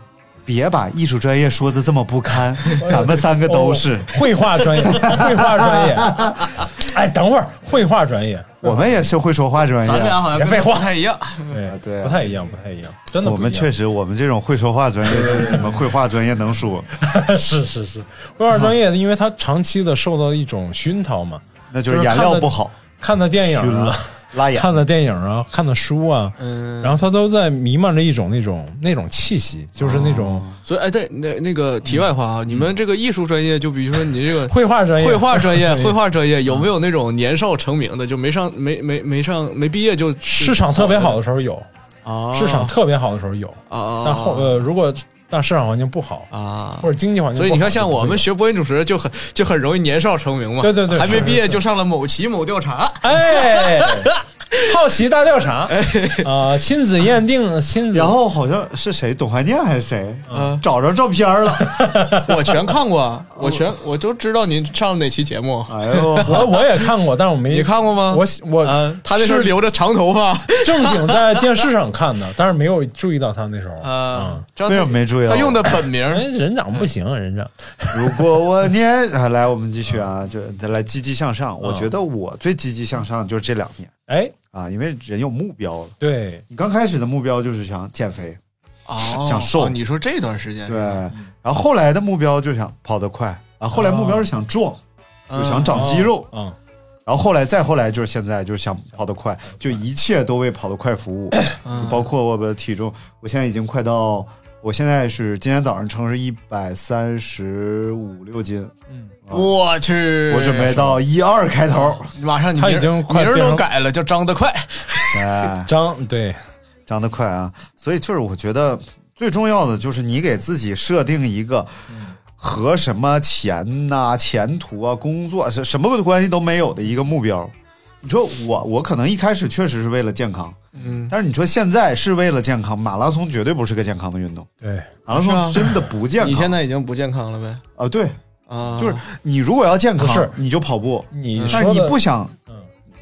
Speaker 4: 别把艺术专业说的这么不
Speaker 5: (laughs)
Speaker 4: 堪，
Speaker 5: 哎
Speaker 4: 咱们三个都是
Speaker 5: 哦。绘画专业，
Speaker 4: (laughs)
Speaker 5: 绘画专业。哎，等会儿，绘画专业，
Speaker 4: 我们也是会说话专
Speaker 6: 咱俩
Speaker 4: 业，
Speaker 6: 好像
Speaker 5: 别
Speaker 6: 跟
Speaker 5: 废话
Speaker 6: 不太一样。
Speaker 5: 对
Speaker 4: 啊对
Speaker 5: 哎不太一样，不太一样，真的不
Speaker 4: 我
Speaker 5: 一样。
Speaker 4: 们确实，我们这种会说话专业，就是你们绘画专业能说，
Speaker 5: (laughs) 是是是，绘画专业，因为他长期的受到一种熏陶嘛，
Speaker 4: (laughs) 那就是颜料不好，
Speaker 5: 看的电
Speaker 4: 熏
Speaker 5: 影
Speaker 4: 了
Speaker 5: 啊，
Speaker 4: 拉眼。
Speaker 5: 看的电影啊，看的书啊，
Speaker 6: 嗯，
Speaker 5: 然后他都在弥漫着一种那种那种气息，就是那种
Speaker 6: 所以哎，对，那那个题外话啊，你们这个艺术专业，就比如说你这个
Speaker 5: 绘画专业，
Speaker 6: (laughs) 绘画专业，
Speaker 5: (laughs)
Speaker 6: 绘画专业有没有那种年少成名的，就没上没没没上没毕业就
Speaker 5: 市场特别好的时候有，
Speaker 6: 啊？
Speaker 5: 市场特别好的时候有，
Speaker 6: 啊，
Speaker 5: 但后呃，如果但市场环境不好，
Speaker 6: 啊
Speaker 5: 或。者经济环境不好，
Speaker 6: 所以你看，像我们
Speaker 5: 就
Speaker 6: 学播音主持就很就很容易年少成名嘛，
Speaker 5: 对对对
Speaker 6: 还没
Speaker 5: 是
Speaker 6: 毕业就上了某期某调
Speaker 4: (laughs)
Speaker 6: 查，
Speaker 5: 不会有哎，好奇大调
Speaker 6: (laughs)
Speaker 5: 查
Speaker 6: 哎
Speaker 5: 啊，亲子鉴定，亲子
Speaker 4: 然后好像是谁，董怀念还是谁，
Speaker 5: 嗯
Speaker 4: 找着照片
Speaker 5: (laughs)
Speaker 4: 了。
Speaker 6: 我全看过，我全我都知道您上了哪期节目，
Speaker 4: 哎呦，
Speaker 5: 我我也看过，但是我没
Speaker 6: 你看过吗？
Speaker 5: 我我
Speaker 6: 嗯，他那时候
Speaker 5: 是
Speaker 6: 留着长头发，
Speaker 5: 正经在电视上看的，但是没有注意到他那时候。嗯，
Speaker 6: 啊，张
Speaker 4: 为什么没注意到哎
Speaker 6: 他用的本名
Speaker 5: 人人长不行，啊人长
Speaker 4: 如果我年啊，来，我们继续啊，就再来积极向上。
Speaker 5: 嗯
Speaker 4: 我觉得我最积极向上就是这两年
Speaker 5: 哎，
Speaker 4: 啊，因为人有目标了。
Speaker 5: 对，
Speaker 4: 你刚开始的目标就是想减肥，
Speaker 6: 哦
Speaker 4: 想瘦
Speaker 6: 哦你说这段时间
Speaker 4: 对，啊然后后来的目标就想跑得快，啊然后后来目标是想壮，就想长肌肉，
Speaker 5: 嗯，
Speaker 4: 然后后来再后来就是现在就是想跑得快，就一切都为跑得快服务，就包括我的体重，我现在已经快到，我现在是今天早上称是一百三十五六斤，
Speaker 6: 我去，
Speaker 4: 我准备到一二开头，
Speaker 6: 马上你
Speaker 5: 他
Speaker 6: 名
Speaker 5: 已经快
Speaker 6: 名儿
Speaker 5: 变
Speaker 6: 都
Speaker 5: 成
Speaker 6: 改了，叫张得快。
Speaker 4: 哎。
Speaker 5: 张对，
Speaker 4: 长得快啊，所以就是我觉得最重要的就是你给自己设定一个和什么钱呐、前途啊、工作什什么关系都没有的一个目标。你说我我可能一开始确实是为了健康，
Speaker 6: 嗯，
Speaker 4: 但是你说现在是为了健康，马拉松绝对不是个健康的运动，
Speaker 5: 对，
Speaker 4: 马拉
Speaker 6: 是啊
Speaker 4: 松真的不健康。
Speaker 6: 你现在已经不健康了呗？
Speaker 4: 啊，对，
Speaker 6: 啊，
Speaker 4: 就是你如果要健康，
Speaker 5: 不是
Speaker 4: 你就跑步，
Speaker 5: 你
Speaker 4: 但
Speaker 5: 说
Speaker 4: 是
Speaker 5: 的
Speaker 4: 你不想呃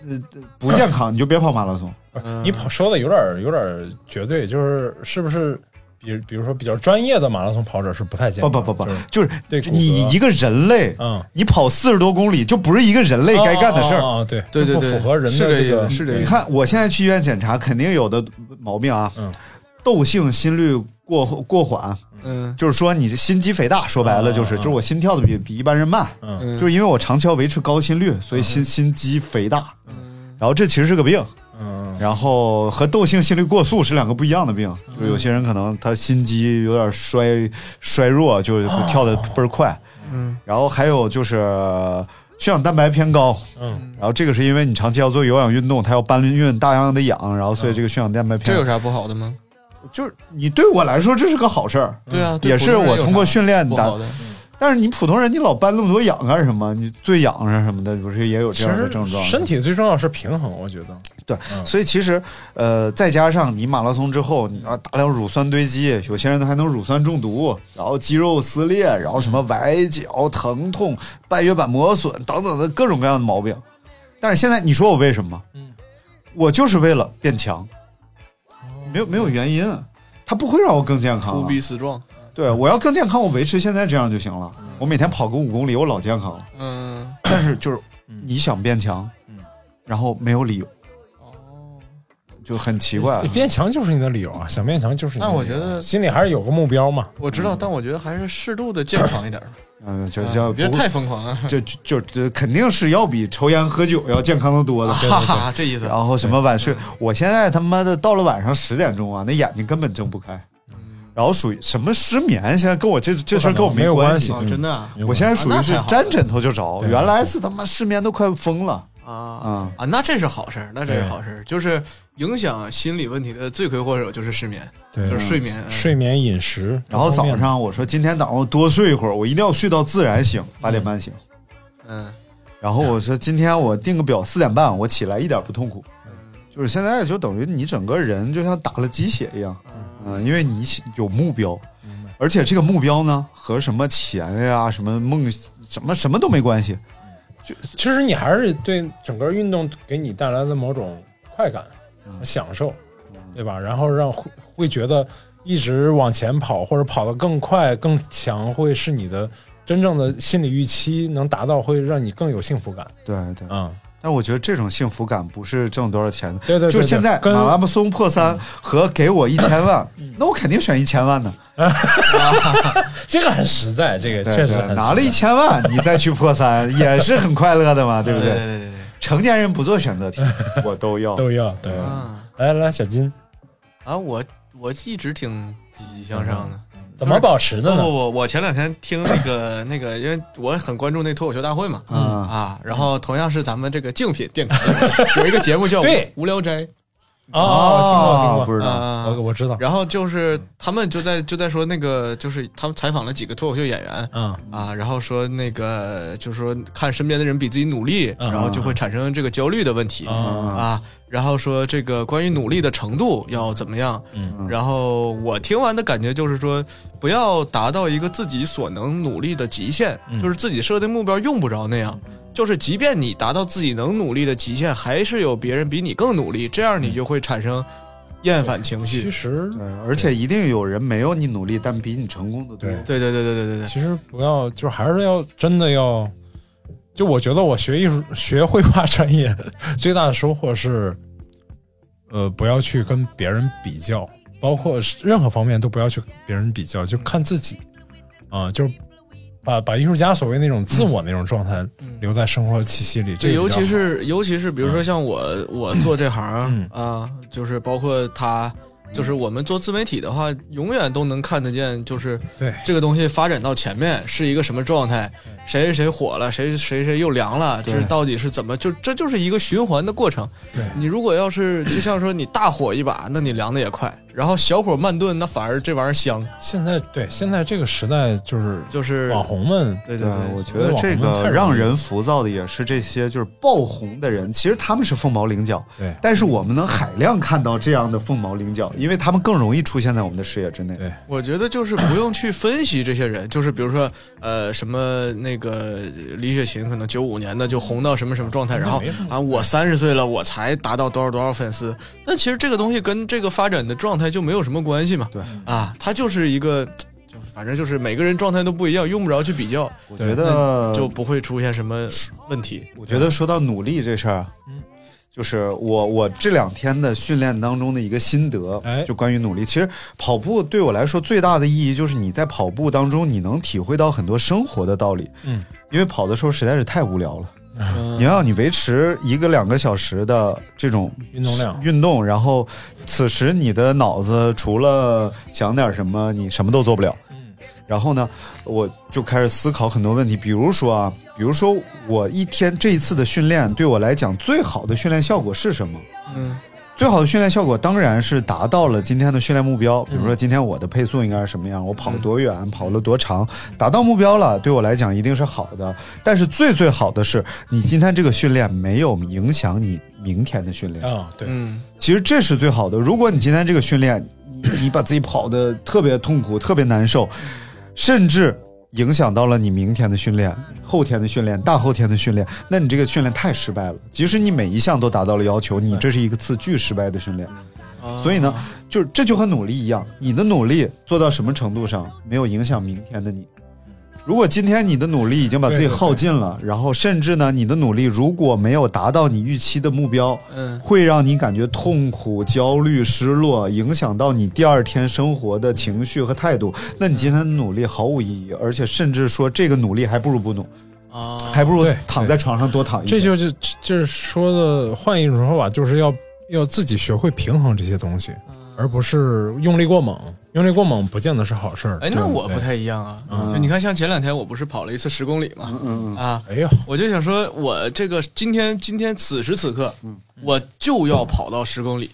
Speaker 5: 嗯
Speaker 4: 不健康，你就别跑马拉松。
Speaker 6: 嗯
Speaker 5: 你跑说的有点儿有点儿绝对，就是是不是比比如说比较专业的马拉松跑者是不太健
Speaker 4: 不
Speaker 5: 康的，
Speaker 4: 不不不
Speaker 5: 就是，
Speaker 4: 就是
Speaker 5: 对骨
Speaker 4: 你
Speaker 5: 骼
Speaker 4: 一个人类，
Speaker 5: 嗯，
Speaker 4: 你跑四十多公里就不是一个人类该干的事儿。
Speaker 5: 啊，哦哦对
Speaker 6: 对对
Speaker 5: 就
Speaker 6: 对
Speaker 5: 不符合人
Speaker 6: 是
Speaker 5: 的
Speaker 6: 这
Speaker 5: 这
Speaker 6: 个
Speaker 5: 个
Speaker 6: 是这个
Speaker 4: 你看，我现在去医院检查，肯定有的毛病啊，
Speaker 5: 嗯
Speaker 4: 窦性心率过过缓，
Speaker 6: 嗯
Speaker 4: 就是说你这心肌肥大，说白了就是，
Speaker 5: 啊啊
Speaker 4: 就是我心跳的比比一般人慢，
Speaker 5: 嗯
Speaker 6: 嗯，
Speaker 4: 就是因为我长期要维持高心率，所以心、心肌肥大，然后这其实是个病，
Speaker 5: 嗯
Speaker 4: 然后和窦性心率过速是两个不一样的病，就有些人可能他心肌有点衰衰弱，就会跳的倍儿快，
Speaker 6: 嗯，
Speaker 4: 然后还有就是血氧蛋白偏高，
Speaker 5: 嗯，
Speaker 4: 然后这个是因为你长期要做有氧运动，它要搬运大量的氧，然后所以这个血氧蛋白
Speaker 6: 这
Speaker 4: 偏嗯
Speaker 6: 有啥不好的吗？
Speaker 4: 就是你对我来说这是个好事儿，
Speaker 6: 对啊，对
Speaker 4: 也是
Speaker 6: 普通人
Speaker 4: 我
Speaker 6: 有
Speaker 4: 通过
Speaker 6: 啥
Speaker 4: 训练
Speaker 6: 不
Speaker 4: 达
Speaker 6: 好的，
Speaker 4: 但是你普通人，你老搬那么多氧干什么？你最氧啊什么的，不是也有
Speaker 5: 其
Speaker 4: 这样的
Speaker 5: 实
Speaker 4: 症状？
Speaker 5: 身体最重要是平衡，我觉得。
Speaker 4: 对，
Speaker 5: 嗯
Speaker 4: 所以其实呃，再加上你马拉松之后，你啊大量乳酸堆积，有些人还能乳酸中毒，然后肌肉撕裂，然后什么崴脚、疼痛、半月板磨损等等的各种各样的毛病。但是现在你说我为什么？
Speaker 5: 嗯，
Speaker 4: 我就是为了变强，没有没有原因，它不会让我更健康
Speaker 5: 啊
Speaker 6: ，to
Speaker 4: 了。
Speaker 6: be strong，
Speaker 4: 对，我要更健康，我维持现在这样就行了。我每天跑个五公里，我老健康了。
Speaker 6: 嗯，
Speaker 4: 但是就是你想变强，
Speaker 5: 嗯
Speaker 4: 然后没有理由，
Speaker 6: 哦
Speaker 4: 就很奇怪。
Speaker 6: (laughs)
Speaker 5: 变强就是你的理由啊，想变强就是你的理由。啊
Speaker 6: 但我觉得
Speaker 5: 心里还是有个目标嘛。
Speaker 6: 我知道，但我觉得还是适度的健康一点儿，
Speaker 4: 嗯，就
Speaker 6: 啊
Speaker 4: 就
Speaker 6: 别
Speaker 4: 不
Speaker 6: 太疯
Speaker 5: (laughs)
Speaker 6: 狂啊，
Speaker 4: 就就就这肯定是要比抽烟喝酒要健康的多的。
Speaker 6: (laughs) 哈哈，这意思哦
Speaker 4: 然后什么晚睡，我现在他妈的到了晚上十点钟啊，那眼睛根本睁不开。
Speaker 6: 嗯
Speaker 4: 然后属于什么失眠，现在跟我这这事儿跟我
Speaker 5: 没有
Speaker 4: 关
Speaker 5: 关系
Speaker 6: 啊，真的啊
Speaker 5: 有
Speaker 4: 我现在属于是
Speaker 6: 啊那太好了
Speaker 4: 沾枕头就着，
Speaker 5: 对
Speaker 4: 原来是他妈失眠都快疯了。
Speaker 6: 啊
Speaker 4: 嗯
Speaker 6: 啊，那这是好事儿，那这是好事儿，就是影响心理问题的罪魁祸首就是失眠，
Speaker 5: 对
Speaker 6: 就是睡眠，嗯
Speaker 5: 睡眠、饮食，
Speaker 4: 然后
Speaker 5: 各方
Speaker 4: 早
Speaker 5: 面
Speaker 4: 上我说今天早上我多睡一会儿，我一定要睡到自然醒，八点半醒。
Speaker 6: 嗯，
Speaker 4: 然后我说今天我定个表，四点半我起来一点不痛苦，就是现在就等于你整个人就像打了鸡血一样，嗯，因为你起有目标，而且这个目标呢和什么钱呀、什么梦、什么什么都没关系，
Speaker 5: 其实你还是对整个运动给你带来的某种快感、
Speaker 4: 嗯
Speaker 5: 享受，对吧？然后让会会觉得一直往前跑或者跑得更快、更强，会是你的真正的心理预期能达到，会让你更有幸福感。
Speaker 4: 对对。
Speaker 5: 嗯，
Speaker 4: 但我觉得这种幸福感不是挣多少钱的，
Speaker 5: 对对对
Speaker 4: 就是
Speaker 5: 对
Speaker 4: 现在
Speaker 5: 跟嗯
Speaker 4: 马拉松破三和给我一千万，那我肯定选一千万呢。
Speaker 5: 这个很实在，这个
Speaker 4: 对
Speaker 5: 确实很
Speaker 4: 对，
Speaker 5: 实在
Speaker 4: 拿了一千万，你再去破
Speaker 5: (laughs)
Speaker 4: 三也是很快乐的嘛，对不
Speaker 6: 对
Speaker 4: 对？
Speaker 6: 对对对，
Speaker 4: 成年人不做选择题，
Speaker 5: (laughs)
Speaker 4: 我都要。
Speaker 5: 都要对。
Speaker 4: 嗯
Speaker 6: 啊
Speaker 5: 来来来，小金
Speaker 6: 啊，我我一直挺积极向上的。
Speaker 5: 怎么保持的
Speaker 6: 不
Speaker 5: 嗯呢
Speaker 6: 不？不，我前两天听那个那个，因为我很关注那脱口秀大会嘛，
Speaker 4: 嗯
Speaker 6: 啊，然后同样是咱们这个竞品电台有一个节目叫
Speaker 5: 对
Speaker 6: 《无聊斋》，
Speaker 5: 哦，听过
Speaker 4: 不
Speaker 5: 听
Speaker 4: 知道。
Speaker 6: 啊
Speaker 5: 过，我我知道。
Speaker 6: 然后就是他们就在就在说那个，就是他们采访了几个脱口秀演员
Speaker 5: 嗯
Speaker 6: 啊，然后说那个就是说看身边的人比自己努力，
Speaker 5: 嗯
Speaker 6: 然后就会产生这个焦虑的问题
Speaker 5: 啊
Speaker 6: 啊，然后说这个关于努力的程度要怎么样，
Speaker 5: 嗯
Speaker 6: 然后我听完的感觉就是说，不要达到一个自己所能努力的极限，
Speaker 5: 嗯
Speaker 6: 就是自己设定目标用不着那样。就是即便你达到自己能努力的极限，还是有别人比你更努力，这样
Speaker 5: 嗯
Speaker 6: 你就会产生厌烦情
Speaker 5: 其
Speaker 6: 绪。
Speaker 5: 实
Speaker 4: 对，嗯而且一定有人没有你努力，但比你成功的多。
Speaker 5: 对
Speaker 6: 对对对对对对对。
Speaker 5: 其实不要，就是还是要真的要，就我觉得我学艺术、学绘画专业 (laughs) 最大的收获是，呃，不要去跟别人比较，包括是任何方面都不要去跟别人比较，就看自己，啊、就是把把艺术家所谓那种自我那种状态
Speaker 6: 嗯
Speaker 5: 留在生活气息里，这
Speaker 6: 对，
Speaker 5: 个
Speaker 6: 尤
Speaker 5: 比较
Speaker 6: 其
Speaker 5: 好
Speaker 6: 是尤其是比如说像我、我做这行啊、
Speaker 5: 嗯
Speaker 6: 就是包括他，就是我们做自媒体的话，永远都能看得见，就是
Speaker 5: 对
Speaker 6: 这个东西发展到前面是一个什么状态，
Speaker 5: 嗯
Speaker 6: 谁谁谁火了，谁谁谁又凉了，这到底是怎么就这就是一个循环的过程。
Speaker 5: 对
Speaker 6: 你如果要是就像说你大火一把，那你凉的也快，然后小火慢炖，那反而这玩意儿香，
Speaker 5: 现在对现在这个时代就是
Speaker 6: 就是
Speaker 5: 网红们
Speaker 6: 对对
Speaker 4: 对
Speaker 6: 对，，
Speaker 4: 我觉得这个让人浮躁的也是这些就是爆红的人，其实他们是凤毛麟角。
Speaker 5: 对
Speaker 4: 但是我们能海量看到这样的凤毛麟角，因为他们更容易出现在我们的视野之内。
Speaker 5: 对
Speaker 6: 我觉得就是不用去分析这些人，就是比如说，呃，什么那个李雪琴，可能九五年的就红到什么什么状态，然后
Speaker 5: 没什么
Speaker 6: 啊，我三十岁了，我才达到多少多少粉丝，但其实这个东西跟这个发展的状态就没有什么关系嘛。
Speaker 4: 对
Speaker 6: 啊，它就是一个，就反正就是每个人状态都不一样，用不着去比较，
Speaker 4: 我觉得
Speaker 6: 就不会出现什么问题。
Speaker 4: 我觉得说到努力这事儿，啊就是我我这两天的训练当中的一个心得，
Speaker 5: 哎
Speaker 4: 就关于努力。其实跑步对我来说最大的意义就是你在跑步当中，你能体会到很多生活的道理。
Speaker 5: 嗯，
Speaker 4: 因为跑的时候实在是太无聊了，
Speaker 6: 嗯
Speaker 4: 你要你维持一个两个小时的这种
Speaker 5: 运动量
Speaker 4: 运动，然后此时你的脑子除了想点什么，你什么都做不了。
Speaker 5: 嗯
Speaker 4: 然后呢，我就开始思考很多问题，比如说啊，比如说我一天这一次的训练对我来讲最好的训练效果是什么？
Speaker 6: 嗯，
Speaker 4: 最好的训练效果当然是达到了今天的训练目标，比如说今天我的配速应该是什么样，我跑多远，跑了多长，达到目标了，对我来讲一定是好的。但是最最好的是，你今天这个训练没有影响你明天的训练，
Speaker 5: 啊，对，
Speaker 6: 嗯，
Speaker 4: 其实这是最好的。如果你今天这个训练，你你把自己跑得特别痛苦、特别难受，甚至影响到了你明天的训练、后天的训练、大后天的训练，那你这个训练太失败了。即使你每一项都达到了要求，你这是一个次巨失败的训练。所以呢，就是这就和努力一样，你的努力做到什么程度上，没有影响明天的你。如果今天你的努力已经把自己
Speaker 5: 对对对
Speaker 4: 耗尽了，然后甚至呢，你的努力如果没有达到你预期的目标，
Speaker 6: 嗯
Speaker 4: 会让你感觉痛苦、焦虑、失落，影响到你第二天生活的情绪和态度。那你今天的努力毫无意义，而且甚至说这个努力还不如不努，
Speaker 6: 啊，
Speaker 4: 还不如
Speaker 5: 对
Speaker 4: 躺在床上多躺一
Speaker 5: 这
Speaker 4: 天。
Speaker 5: 就是这说的，换一种说法，就是要要自己学会平衡这些东西，而不是用力过猛。用力过猛不见得是好事儿。对
Speaker 6: 哎，那
Speaker 5: 对
Speaker 6: 我不太一样啊，就你看，像前两天我不是跑了一次十公里嘛，啊，
Speaker 5: 哎呀，
Speaker 6: 我就想说，我这个今天今天此时此刻，我就要跑到十公里，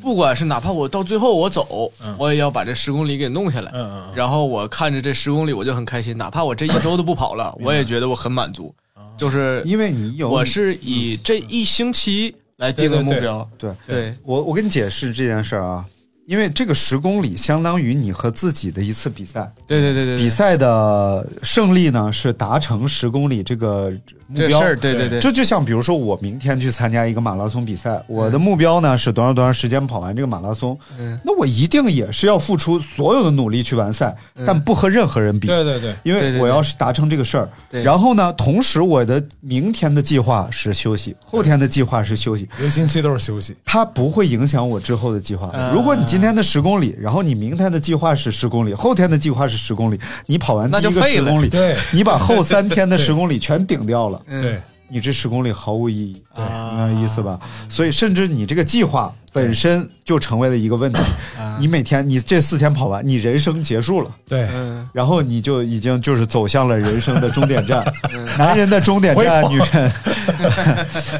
Speaker 6: 不管是哪怕我到最后我走，我也要把这十公里给弄下来。
Speaker 5: 嗯嗯嗯
Speaker 6: 然后我看着这十公里，我就很开心，哪怕我这一周都不跑了，我也觉得我很满足。就是
Speaker 4: 因为你有
Speaker 6: 我是以这一星期来定的目标，
Speaker 4: 嗯对
Speaker 6: 对，
Speaker 4: 我，我跟你解释这件事儿啊，因为这个十公里相当于你和自己的一次比赛，
Speaker 6: 对对对对，
Speaker 4: 比赛的胜利呢是达成十公里这个目
Speaker 6: 这
Speaker 4: 标
Speaker 6: 事。儿，对对对，
Speaker 4: 这就像比如说，我明天去参加一个马拉松比赛，我的目标呢是多长多长时间跑完这个马拉松。
Speaker 6: 嗯
Speaker 4: 那我一定也是要付出所有的努力去完赛，但不和任何人比。
Speaker 5: 对对对，
Speaker 4: 因
Speaker 6: 嗯对
Speaker 4: 为
Speaker 6: 对
Speaker 4: 我要是达成这个事儿，
Speaker 6: 对
Speaker 4: 然后呢，同时我的明天的计划是休息，后天的计划是休息，
Speaker 5: 一个星期都是休息。
Speaker 4: 它不会影响我之后的计划。
Speaker 6: 嗯
Speaker 4: 如果你今天的十公里，然后你明天的计划是十公里，后天的计划是十公里，你跑完第
Speaker 6: 那就
Speaker 4: 一个
Speaker 6: 废
Speaker 4: 十
Speaker 6: 了
Speaker 4: 公里，
Speaker 5: 对
Speaker 4: 你把后三天的
Speaker 5: 对
Speaker 4: 十公里全顶掉了，
Speaker 6: 嗯
Speaker 5: 对，
Speaker 4: 你这十公里毫无意义，
Speaker 6: 对
Speaker 4: 那意思吧？所以甚至你这个计划本身就成为了一个问题。
Speaker 6: 啊
Speaker 4: 你每天你这四天跑完，你人生结束了，
Speaker 5: 对，
Speaker 6: 嗯，
Speaker 4: 然后你就已经就是走向了人生的终点站，
Speaker 6: 嗯
Speaker 4: 男人的终点站，女人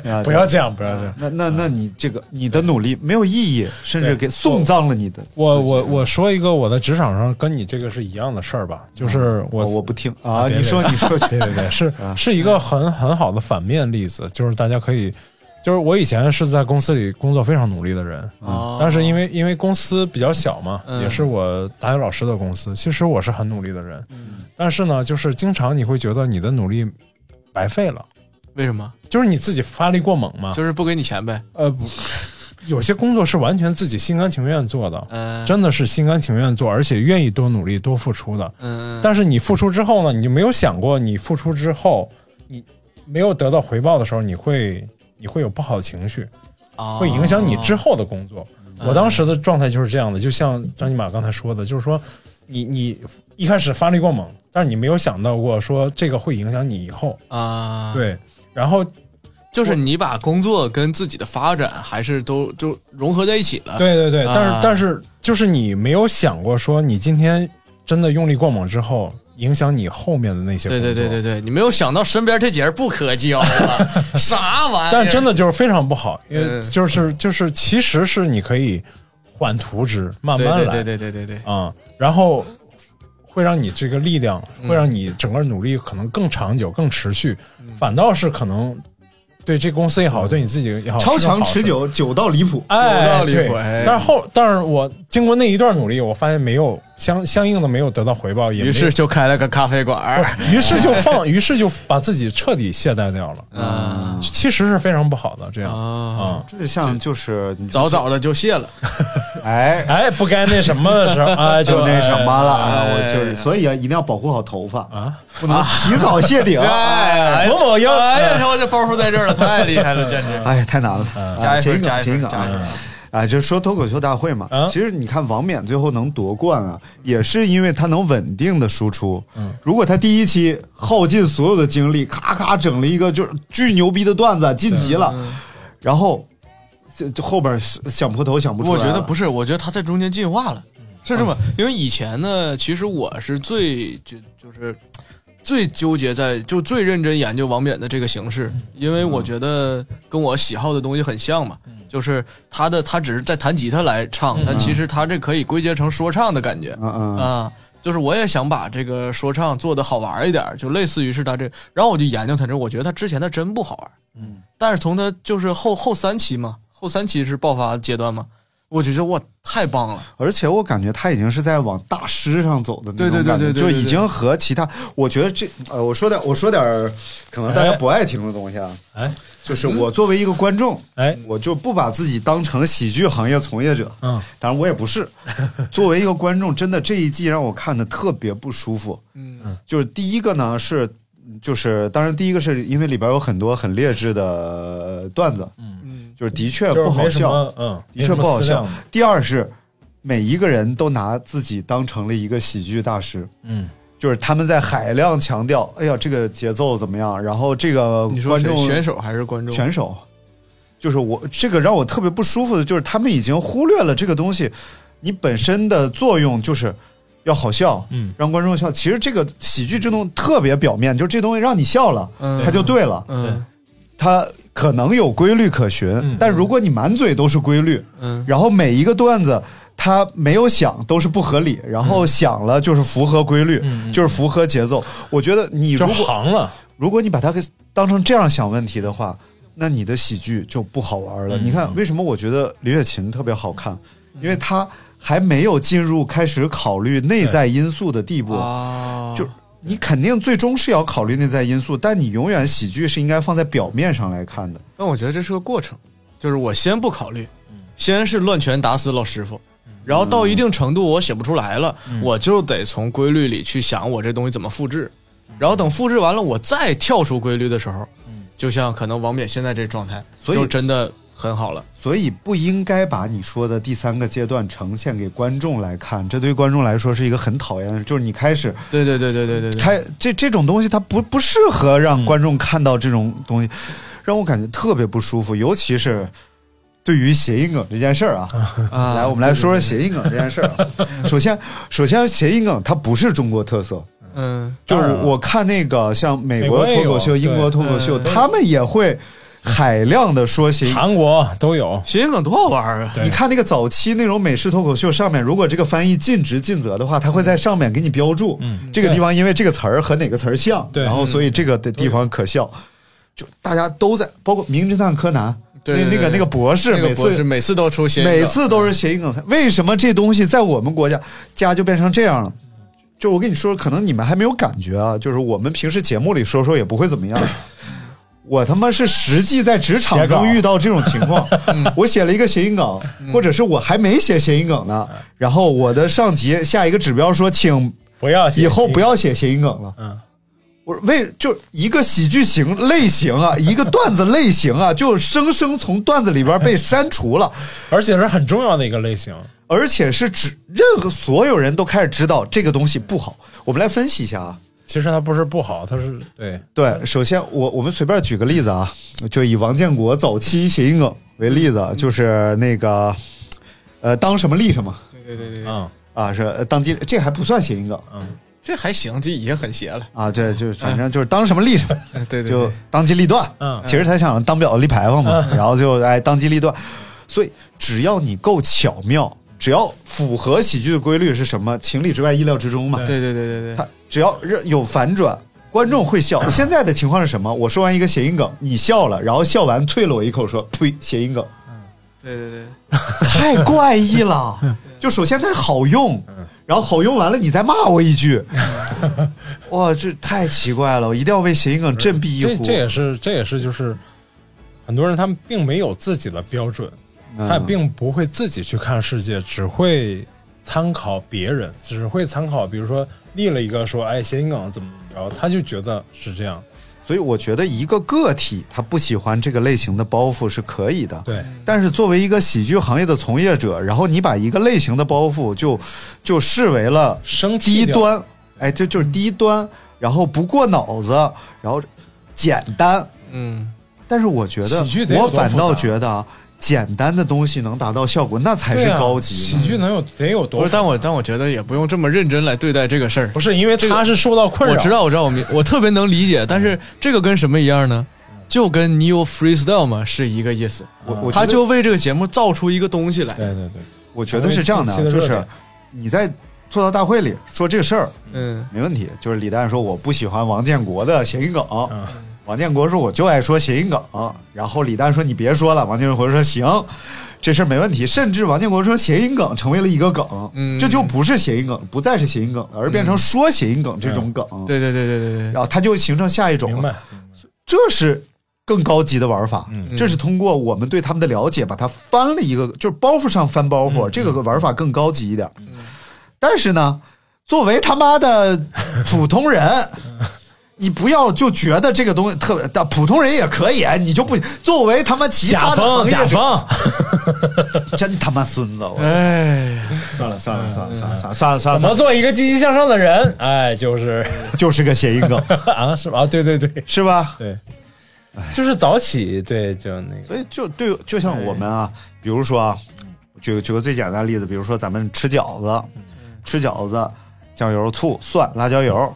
Speaker 5: (laughs)
Speaker 4: 啊
Speaker 5: 不要这样，不要这
Speaker 6: 嗯
Speaker 5: 样。
Speaker 4: 那那那你这个你的努力没有意义，甚至
Speaker 5: 对
Speaker 4: 给送葬了你的。啊
Speaker 5: 我我我说一个我在职场上跟你这个是一样的事儿吧，
Speaker 6: 嗯
Speaker 5: 就是我
Speaker 4: 我我不听啊！
Speaker 5: 别
Speaker 4: 你说
Speaker 5: 别
Speaker 4: 你说去
Speaker 5: 对
Speaker 4: (laughs)
Speaker 5: 对对，
Speaker 6: (laughs)
Speaker 5: 是
Speaker 6: 啊
Speaker 5: 是
Speaker 6: 嗯
Speaker 5: 一个很很好的反面例子，就是大家可以，就是我以前是在公司里工作非常努力的人，
Speaker 6: 哦
Speaker 5: 但是因为因为公司比较小嘛，
Speaker 6: 嗯
Speaker 5: 也是我打小老师的公司，其实我是很努力的人，
Speaker 6: 嗯
Speaker 5: 但是呢，就是经常你会觉得你的努力白费了，
Speaker 6: 为什么？
Speaker 5: 就是你自己发力过猛嘛，
Speaker 6: 就是不给你钱呗，
Speaker 5: 呃不，有些工作是完全自己心甘情愿做的，
Speaker 6: 嗯，
Speaker 5: 真的是心甘情愿做，而且愿意多努力多付出的，
Speaker 6: 嗯，
Speaker 5: 但是你付出之后呢，你就没有想过，你付出之后，你没有得到回报的时候，你会你会有不好的情绪，
Speaker 6: 哦
Speaker 5: 会影响你之后的工作。我当时的状态就是这样的，就像张金马刚才说的，就是说你你一开始发力过猛，但是你没有想到过说这个会影响你以后。
Speaker 6: 啊，，
Speaker 5: 对，然后
Speaker 6: 就是你把工作跟自己的发展还是都就融合在一起了，，
Speaker 5: 对对对，但是、
Speaker 6: 啊
Speaker 5: 但是就是你没有想过说你今天真的用力过猛之后，影响你后面的那些工
Speaker 6: 对
Speaker 5: 作。
Speaker 6: 对对对对，你没有想到身边这节儿不可交啊，啥玩意儿？
Speaker 5: 但真的就是非常不好，因为
Speaker 6: 嗯
Speaker 5: 就是就是其实是你可以缓图之，慢
Speaker 6: 对，
Speaker 5: 慢来，
Speaker 6: 对对对对对对对，
Speaker 5: 啊、然后会让你这个力量，会让你整个努力可能更长久、更持续，
Speaker 4: 嗯
Speaker 5: 反倒是可能对这公司也好，对你自己也好，
Speaker 4: 超
Speaker 5: 是个
Speaker 4: 强
Speaker 5: 好事
Speaker 4: 持。久，久到离谱。
Speaker 5: 哎，
Speaker 6: 道理
Speaker 5: 对
Speaker 6: 会哎
Speaker 5: 但是后，但是我经过那一段努力，我发现没有相相应的没有得到回报，也没
Speaker 6: 于
Speaker 5: 有
Speaker 6: 是就开了个咖啡
Speaker 5: (laughs)
Speaker 6: 馆儿，
Speaker 5: 于是就放，于是就把自己彻底懈怠掉了。
Speaker 4: 啊
Speaker 5: 嗯，其实是非常不好的，这样啊。
Speaker 4: 这像就是你
Speaker 6: 早早的就卸了，
Speaker 5: (laughs)
Speaker 4: 哎，
Speaker 5: 哎，不该那什么的时候
Speaker 4: (laughs)
Speaker 5: 啊，
Speaker 4: 就那什么了啊！
Speaker 6: 哎
Speaker 4: 我就是，
Speaker 6: 哎
Speaker 4: 所以啊，一定要保护好头发啊，不能提早谢顶。
Speaker 6: (laughs) 哎
Speaker 5: 某某英
Speaker 6: 哎呀，说这包袱在这儿了，太厉害了，简直，
Speaker 4: 哎，太难了，
Speaker 5: 嗯
Speaker 4: 啊
Speaker 6: 嗯加一
Speaker 4: 谐
Speaker 6: 分
Speaker 4: 音
Speaker 6: 加
Speaker 4: 梗，
Speaker 6: 一
Speaker 4: 谐音
Speaker 6: 分
Speaker 4: 梗
Speaker 6: 加一分
Speaker 4: 啊！啊，就说脱口秀大会嘛，
Speaker 5: 嗯
Speaker 4: 其实你看王冕最后能夺冠啊，也是因为他能稳定的输出。
Speaker 6: 嗯
Speaker 4: 如果他第一期耗尽所有的精力，咔咔整了一个就是巨牛逼的段子，晋级了，嗯然后就就后边想破头想不出
Speaker 6: 我
Speaker 4: 来
Speaker 6: 觉
Speaker 4: 了。嗯
Speaker 6: 得不是，我觉得他在中间进化了，是这么，因为以前呢，其实我是最就就是最纠结在就最认真研究王冕的这个形式，
Speaker 4: 嗯
Speaker 6: 因为我觉得跟我喜好的东西很像嘛，
Speaker 4: 嗯
Speaker 6: 就是他的他只是在弹吉他来唱，但其实他这可以归结成说唱的感觉
Speaker 4: 嗯嗯
Speaker 6: 啊。就是我也想把这个说唱做的好玩一点，就类似于是他这，然后我就研究他这，我觉得他之前他真不好玩，嗯，但是从他就是后后三期嘛，后三期是爆发阶段嘛，我觉得哇太棒了，
Speaker 4: 而且我感觉他已经是在往大师上走的那种
Speaker 6: 对对对
Speaker 4: 感觉
Speaker 6: 对对对
Speaker 4: 就
Speaker 6: 对
Speaker 4: 已经和其他，我觉得这呃，我说点我说点儿可能
Speaker 6: 哎
Speaker 4: 大家不爱听的东西啊，
Speaker 5: 哎
Speaker 4: 就是
Speaker 6: 嗯
Speaker 4: 我作为一个观众，
Speaker 5: 哎
Speaker 4: 我就不把自己当成喜剧行业从业者，
Speaker 5: 嗯，
Speaker 4: 当然我也不
Speaker 5: (laughs)
Speaker 4: 是，作为一个观众，真的这一季让我看的特别不舒服，
Speaker 6: 嗯，
Speaker 4: 就是第一个呢是。就是，当然，第一个是因为里边有很多很劣质的呃段子，
Speaker 6: 嗯
Speaker 4: 就是的确
Speaker 5: 就是
Speaker 4: 不好
Speaker 5: 没什
Speaker 4: 笑，
Speaker 5: 么，嗯，
Speaker 4: 的确不好笑
Speaker 5: 没什么思量。
Speaker 4: 第二是每一个人都拿自己当成了一个喜剧大师，
Speaker 5: 嗯，
Speaker 4: 就是他们在海量强调，哎呀，这个节奏怎么样？然后这个
Speaker 6: 你说
Speaker 4: 观
Speaker 6: 谁
Speaker 4: 众
Speaker 6: 选手还是观众？
Speaker 4: 选手，就是我这个让我特别不舒服的，就是他们已经忽略了这个东西，你本身的作用就是要好笑，
Speaker 5: 嗯，
Speaker 4: 让观众笑。其实这个喜剧这东西特别表面，就这东西让你笑了，
Speaker 6: 嗯
Speaker 4: 它就对了，
Speaker 6: 嗯
Speaker 4: 它可能有规律可循，但如果你满嘴都是规律，
Speaker 6: 嗯
Speaker 4: 然后每一个段子他没有想都是不合理，然
Speaker 6: 嗯
Speaker 4: 后想了就是符合规律，就是符合节奏。我觉得你
Speaker 5: 就
Speaker 4: 如果
Speaker 5: 行了，
Speaker 4: 如果你把它给当成这样想问题的话，那你的喜剧就不好玩了。你看为什么我觉得李雪琴特别好看，因为她还没有进入开始考虑内在因素的地步。
Speaker 6: 啊，
Speaker 4: 就你肯定最终是要考虑内在因素，但你永远喜剧是应该放在表面上来看的。
Speaker 6: 但我觉得这是个过程，就是我先不考虑，先是乱拳打死老师傅，然后到一定程度我写不出来了，我就得从规律里去想我这东西怎么复制，然后等复制完了，我再跳出规律的时候，就像可能王冕现在这状态，
Speaker 4: 所以
Speaker 6: 就真的很好了。
Speaker 4: 所以不应该把你说的第三个阶段呈现给观众来看，这对观众来说是一个很讨厌的，就是你开始
Speaker 6: 对对对对对对对，
Speaker 4: 开这这种东西，它不不适合
Speaker 5: 嗯
Speaker 4: 让观众看到这种东西，让我感觉特别不舒服，尤其是对于谐音梗这件事儿啊。
Speaker 6: 啊
Speaker 4: 来，我们来说说谐音梗这件事儿啊。
Speaker 5: (laughs)
Speaker 4: 首先，首先谐音梗它不是中国特色，
Speaker 6: 嗯
Speaker 4: 就是
Speaker 5: 当然了
Speaker 4: 我看那个像美国
Speaker 5: 啊美国也
Speaker 4: 脱口秀、
Speaker 5: 有
Speaker 4: 英国脱口秀，他们也会海量的说谐音梗。
Speaker 5: 韩国都有，
Speaker 6: 谐音梗多好玩啊！
Speaker 5: 对
Speaker 4: 你看那个早期那种美式脱口秀上面，如果这个翻译尽职尽责的话，他会在上面给你标注，
Speaker 5: 嗯
Speaker 4: 这个地方因为这个词儿和哪个词儿像，
Speaker 5: 对
Speaker 4: 然后所以这个的地方可笑，就大家都在，包括《名侦探柯南》
Speaker 6: 对对
Speaker 4: 那
Speaker 6: 对
Speaker 4: 那个那个博士，
Speaker 6: 那个
Speaker 4: 每
Speaker 6: 博士
Speaker 4: 次
Speaker 6: 每次都出谐音梗，
Speaker 4: 每次都是谐音梗，为什么这东西在我们国家家就变成这样了？就我跟你说，可能你们还没有感觉啊，就是我们平时节目里说说也不会怎么样。我他妈是实际在职场
Speaker 5: 写稿
Speaker 4: 中遇到这种情况， (laughs) 我写了一个谐音梗，或者是我还没写谐音梗呢，然后我的上级下一个指标说，请
Speaker 5: 不要
Speaker 4: 以后不要写谐音梗了。
Speaker 5: 嗯，
Speaker 4: 我说为就一个喜剧型类型啊，一个段子类型啊，就生生从段子里边被删除了。
Speaker 5: 而且是很重要的一个类型。
Speaker 4: 而且是指任何所有人都开始知道这个东西不好。我们来分析一下啊。
Speaker 5: 其实它不是不好，它是
Speaker 4: 嗯
Speaker 5: 对，
Speaker 4: 对，首先我我们随便举个例子啊，就以王建国早期谐音梗为例子，啊
Speaker 6: 嗯
Speaker 4: 就是那个呃当什么立什么
Speaker 6: 对对对对对，
Speaker 5: 嗯，
Speaker 4: 啊，是呃当机这还不算谐音梗
Speaker 6: 嗯这还行，这已经很邪了。
Speaker 4: 啊，对，就是反正就是当什么立什么。
Speaker 6: 哎嗯对对对嗯
Speaker 4: 就，当机立断。
Speaker 5: 嗯
Speaker 4: 其实他想当表立牌坊嘛，然后就哎当机立断。所以只要你够巧妙，只要符合喜剧的规律是什么，情理之外，意料之中嘛。
Speaker 6: 对对对对对
Speaker 4: 他只要是有反转，观众会 (clears throat) 笑。现在的情况是什么？我说完一个谐音梗，你笑了，然后笑完啐了我一口，说呸，谐音梗，
Speaker 6: 对对对。
Speaker 4: 太怪异了。 (laughs) 就首先它是好用，
Speaker 5: 嗯
Speaker 4: 然后好用完了你再骂我一 (laughs) 句，哇，这太奇怪了！我一定要为谐音梗振臂一
Speaker 5: 这
Speaker 4: 呼。
Speaker 5: 这也是这也是就是很多人他们并没有自己的标准，
Speaker 4: 嗯
Speaker 5: 他也并不会自己去看世界，只会参考别人，只会参考，比如说立了一个说，哎，谐音梗怎么怎么着，他就觉得是这样，
Speaker 4: 所以我觉得一个个体他不喜欢这个类型的包袱是可以的，
Speaker 5: 对，
Speaker 4: 但是作为一个喜剧行业的从业者，然后你把一个类型的包袱就就视为了
Speaker 5: 生
Speaker 4: 低
Speaker 5: 气掉
Speaker 4: 端，哎，这就是低端，然后不过脑子，然后简单。
Speaker 6: 嗯，
Speaker 4: 但是我觉得
Speaker 5: 喜剧得，有
Speaker 4: 我
Speaker 5: 多复杂
Speaker 4: 反倒觉得啊，简单的东西能达到效果，那才是
Speaker 5: 对啊
Speaker 4: 高级
Speaker 5: 喜
Speaker 4: 呢。
Speaker 5: 剧能有得有
Speaker 6: 不
Speaker 5: 多
Speaker 6: 是，
Speaker 5: 少？
Speaker 6: 但我但我觉得也不用这么认真来对待这个事儿。
Speaker 5: 不是因为他是受到困扰，
Speaker 6: 我知道，我知道，我明我特别能理解，但是这个跟什么一样呢？就跟 Neo Freestyle 嘛是一个意思，
Speaker 4: 我我觉
Speaker 6: 他
Speaker 4: 得
Speaker 6: 就为这个节目造出一个东西来。
Speaker 5: 对对对，
Speaker 4: 我觉得是这样的啊，
Speaker 5: 成为
Speaker 4: 就
Speaker 5: 近期的热
Speaker 4: 是
Speaker 5: 点
Speaker 4: 你在吐槽大会里说这个事儿
Speaker 6: 嗯，
Speaker 4: 没问题，就是李诞说我不喜欢王建国的谐音梗，
Speaker 5: 嗯
Speaker 4: 王建国说我就爱说谐音梗，然后李诞说你别说了，王建国说行，这事儿没问题，甚至王建国说谐音梗成为了一个梗，
Speaker 6: 嗯
Speaker 4: 这就不是谐音梗，不再是谐音梗了，而
Speaker 5: 嗯
Speaker 4: 变成说谐音梗这种梗，
Speaker 6: 对对对对对对，
Speaker 4: 然后它就形成下一种
Speaker 5: 明
Speaker 4: 了，
Speaker 5: 白。
Speaker 4: 这是更高级的玩法，
Speaker 5: 嗯
Speaker 4: 这是通过我们对他们的了解，把它翻了一个，就是包袱上翻包
Speaker 5: 嗯
Speaker 4: 袱，这个玩法更高级一点。但是呢，作为他妈的普通人。
Speaker 5: 嗯
Speaker 4: 你不要就觉得这个东西特别大，普通人也可以，你就不作为他妈其
Speaker 5: 甲
Speaker 4: 他的行
Speaker 5: 方，
Speaker 4: 业者，
Speaker 5: 甲 (laughs) 方，
Speaker 4: 真他妈孙子！我
Speaker 6: 哎，
Speaker 4: 算了算了算了算了算了算了算了
Speaker 5: 怎么啊做一个积极向上的人？哎，就是
Speaker 4: 就是个谐音
Speaker 5: (laughs)
Speaker 4: 梗，
Speaker 5: 啊，是吧？啊对对对
Speaker 4: 是吧？
Speaker 5: 对，就是早起，对，就那个，
Speaker 4: 所以就对，就像我们啊，比如说啊，举举个最简单的例子，比如说咱们吃饺子，吃饺子，酱油、醋、蒜、辣椒油，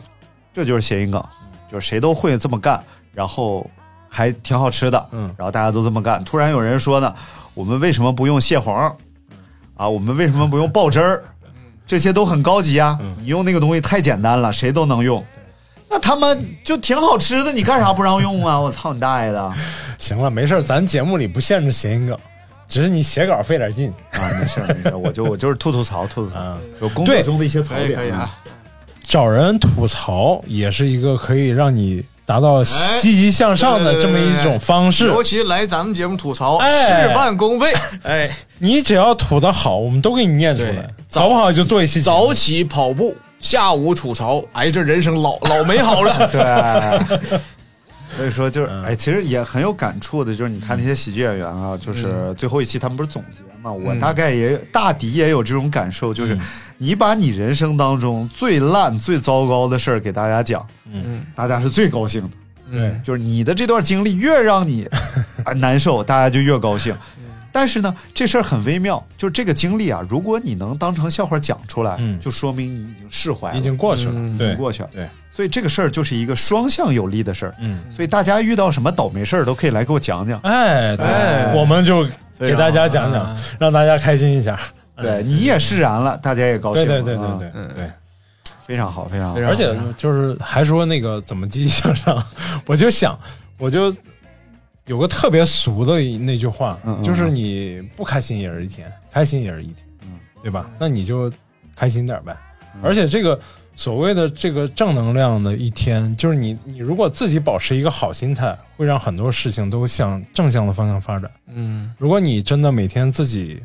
Speaker 4: 这就是谐音梗，就是谁都会这么干，然后还挺好吃的，
Speaker 5: 嗯
Speaker 4: 然后大家都这么干。突然有人说呢，我们为什么不用蟹黄？啊，我们为什么不用爆汁儿？这些都很高级啊，你用那个东西太简单了，谁都能用。那他们就挺好吃的，你干啥不让用啊？我操你大爷的！
Speaker 5: 行了，没事儿，咱节目里不限制谐音梗，只是你写稿费点劲。
Speaker 4: 啊，没事儿没事儿，我就我就是吐吐槽吐吐槽
Speaker 5: 嗯，
Speaker 4: 有工
Speaker 5: 对
Speaker 4: 作中的一些槽
Speaker 6: 可以可以
Speaker 4: 点啊。
Speaker 6: 啊，
Speaker 5: 找人吐槽也是一个可以让你达到
Speaker 6: 哎
Speaker 5: 积极向上的这么一种方式。
Speaker 6: 尤其来咱们节目吐槽，
Speaker 5: 哎
Speaker 6: 事半功倍。哎，
Speaker 5: 你只要吐得好，我们都给你念出来
Speaker 6: 对，
Speaker 5: 好不好？就做一期节目
Speaker 6: 早起跑步，下午吐槽，哎，这人生老老美好了。
Speaker 4: 对，所以说
Speaker 5: 嗯
Speaker 4: 就是哎，其实也很有感触的，就是你看那些喜剧演员啊，
Speaker 5: 嗯
Speaker 4: 就是最后一期他们不是总结嘛，我大概也大抵也有这种感受，
Speaker 5: 嗯
Speaker 4: 就是你把你人生当中最烂最糟糕的事儿给大家讲，嗯，大家是最高兴的。
Speaker 5: 对，
Speaker 4: 就是你的这段经历越让
Speaker 5: (laughs)
Speaker 4: 你啊难受，大家就越高兴。但是呢，这事儿很微妙，就是这个经历啊，如果你能当成笑话讲出来，
Speaker 5: 嗯
Speaker 4: 就说明你已经释怀了，
Speaker 5: 已经过去了，对，
Speaker 4: 过去了。
Speaker 5: 对，
Speaker 4: 所以这个事儿就是一个双向有利的事儿。
Speaker 5: 嗯，
Speaker 4: 所以大家遇到什么倒霉事儿都可以来给我讲讲。
Speaker 5: 哎，对
Speaker 6: 哎
Speaker 5: 我们就给大家讲讲，让大家开心一下。
Speaker 4: 对你也释然了，大家也高兴
Speaker 5: 对
Speaker 4: 了。
Speaker 5: 对对
Speaker 4: 啊
Speaker 5: 对对对。
Speaker 4: 非常好，非常好
Speaker 6: 非。常
Speaker 5: 而且就是还说那个怎么积极向上，我就想，我就有个特别俗的那句话
Speaker 4: 嗯嗯，嗯
Speaker 5: 就是你不开心也是一天，开心也是一天，
Speaker 4: 嗯
Speaker 5: 对吧？那你就开心点儿呗。而且这个所谓的这个正能量的一天，就是你你如果自己保持一个好心态，会让很多事情都向正向的方向发展。
Speaker 6: 嗯，
Speaker 5: 如果你真的每天自己